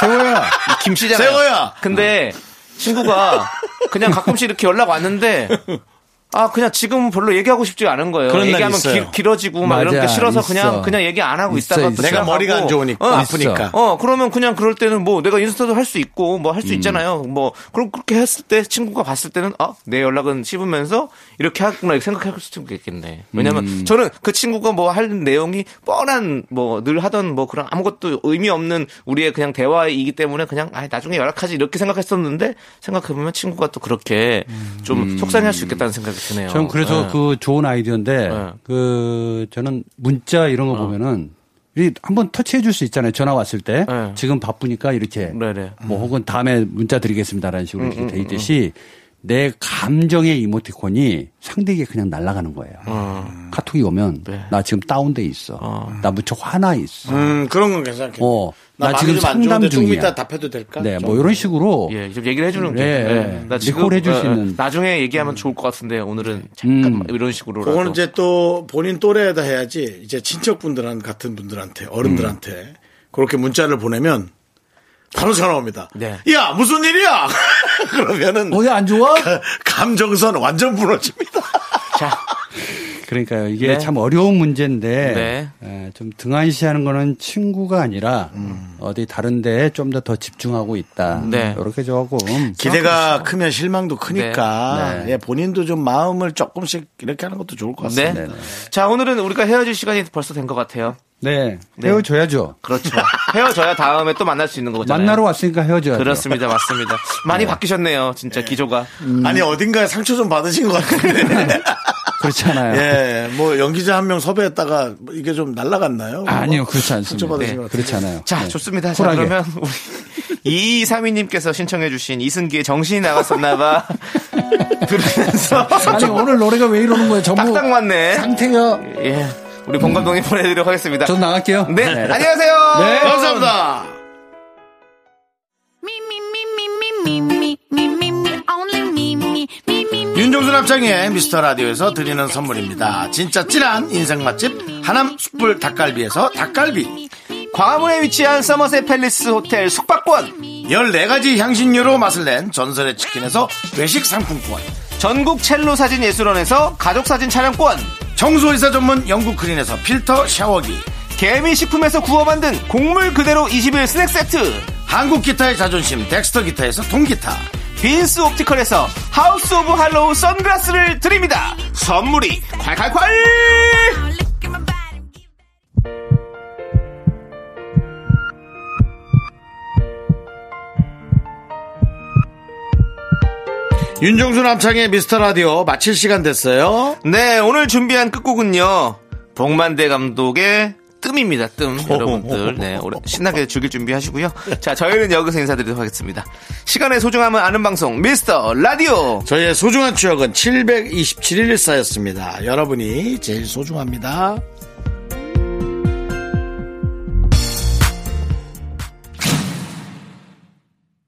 S2: 세호야 김 씨잖아요.
S1: 세호야!
S2: 근데 친구가 그냥 가끔씩 이렇게 연락 왔는데 아 그냥 지금 별로 얘기하고 싶지 않은 거예요.
S1: 그런 날이
S2: 얘기하면
S1: 있어요.
S2: 길, 길어지고 막
S5: 맞아,
S2: 이런 게 싫어서
S5: 있어.
S2: 그냥 그냥 얘기 안 하고
S5: 있어,
S2: 있다가
S5: 있어.
S2: 또
S1: 내가
S2: 시작하고.
S1: 머리가 안 좋으니까
S2: 어,
S1: 아프니까.
S2: 어, 그러면 그냥 그럴 때는 뭐 내가 인스타도 할 수 있고 뭐 할
S5: 음.
S2: 수 있잖아요. 뭐 그럼 그렇게 했을 때 친구가 봤을 때는 아, 내 연락은 씹으면서 이렇게 하구나 이렇게 생각할 수도 있겠네. 왜냐면
S5: 음.
S2: 저는 그 친구가 뭐 할 내용이 뻔한 뭐 늘 하던 뭐 그런 아무것도 의미 없는 우리의 그냥 대화이기 때문에 그냥 아, 나중에 연락하지 이렇게 생각했었는데 생각해 보면 친구가 또 그렇게 좀 속상해할 수 있겠다는 생각이 드네요.
S5: 음. 전 그래서
S2: 예.
S5: 그 좋은 아이디어인데
S2: 네.
S5: 그 저는 문자 이런 거 보면은 이 한번 터치해 줄 수 있잖아요. 전화 왔을 때
S2: 네.
S5: 지금 바쁘니까 이렇게
S2: 네네.
S5: 뭐 혹은 다음에 문자 드리겠습니다라는 식으로 이렇게 돼 있듯이 내 감정의 이모티콘이 상대에게 그냥 날아가는 거예요. 카톡이 오면
S2: 네.
S5: 나 지금 다운돼 있어. 나 무척 화나 있어.
S1: 음, 그런 건 괜찮겠네.
S5: 어,
S1: 나,
S5: 나 지금
S1: 지금 안
S5: 상담
S1: 좋은데 조금
S5: 중이야.
S1: 이따 답해도 될까?
S5: 네,
S1: 좀.
S5: 뭐 이런 식으로
S2: 예, 좀 얘기를 해주는 게.
S5: 예,
S2: 예,
S5: 예. 리콜 해줄 수
S2: 예, 예.
S5: 있는. 음.
S2: 나중에 얘기하면 좋을 것 같은데 오늘은 잠깐 이런 식으로.
S1: 그거는 이제 또 본인 또래에다 해야지 이제 친척분들한 같은 분들한테 어른들한테 그렇게 문자를 보내면 바로 전화 옵니다.
S2: 네.
S1: 야 무슨 일이야? 그러면은
S5: 어야 안 좋아?
S1: 감정선 완전 무너집니다.
S2: 자,
S5: 그러니까요. 이게
S2: 네.
S5: 참 어려운 문제인데
S2: 네.
S5: 에, 좀 등한시하는 거는 친구가 아니라 어디 다른 데에 좀 더 더 집중하고 있다.
S2: 음. 네.
S5: 이렇게 조금
S1: 기대가 크면 실망도 크니까 그렇죠. 예, 본인도 좀 마음을 조금씩 이렇게 하는 것도 좋을 것
S2: 네.
S1: 같습니다.
S2: 자, 오늘은 우리가 헤어질 시간이 벌써 된 것 같아요.
S5: 네. 헤어져야죠.
S2: 그렇죠. 헤어져야 다음에 또 만날 수 있는 거잖아요.
S5: 만나러 왔으니까 헤어져야죠.
S2: 그렇습니다, 맞습니다. 많이 바뀌셨네요, 진짜 기조가.
S1: 아니 어딘가에 상처 좀 받으신 것 같은데.
S5: 그렇잖아요.
S1: 예, 뭐 연기자 한 명 섭외했다가 뭐 이게 좀 날라갔나요?
S5: 아니요,
S1: 뭐?
S5: 그렇지 않습니다. 네.
S1: 상처받으신 것 같은데.
S5: 그렇지 않아요.
S2: 네. 자,
S5: 네.
S2: 좋습니다. 자,
S5: 쿨하게.
S2: 그러면 우리 2232님께서 신청해주신 이승기의 정신이 나갔었나봐. 들으면서.
S5: 아니, 오늘 노래가 왜 이러는 거예요? 전부
S2: 딱딱 맞네.
S5: 상태가.
S2: 예. 우리 봉 감독님 보내드리도록 하겠습니다.
S5: 전 나갈게요.
S2: 네, 안녕하세요.
S5: 네.
S2: 감사합니다.
S6: Me, me, me, me, me, me, me, me, me, only me, me, me, me, me.
S1: 윤종수 남창의 미스터 라디오에서 드리는 선물입니다. 진짜 찐한 인생 맛집 하남 숯불 닭갈비에서 닭갈비
S2: 광화문에 위치한 서머셋 팰리스 호텔 숙박권
S1: 14가지 향신료로 맛을 낸 전설의 치킨에서 외식 상품권
S2: 전국 첼로 사진 예술원에서 가족 사진 촬영권
S1: 청소이사 전문 영국 크린에서 필터 샤워기
S2: 개미 식품에서 구워 만든 곡물 그대로 21 스낵 세트
S1: 한국 기타의 자존심 덱스터 기타에서 통기타
S2: 빈스 옵티컬에서 하우스 오브 할로우 선글라스를 드립니다 선물이 콸콸콸
S6: Now look at my body.
S1: 윤종수 남창의 미스터 라디오 마칠 시간 됐어요.
S2: 네 오늘 준비한 끝곡은요 복만대 감독의 뜸입니다 뜸 여러분들 네 오래 신나게 즐길 준비하시고요 자 저희는 여기서 인사드리도록 하겠습니다 시간의 소중함을 아는 방송 미스터 라디오
S1: 저희의 소중한 추억은 727일 쌓였습니다. 여러분이 제일 소중합니다.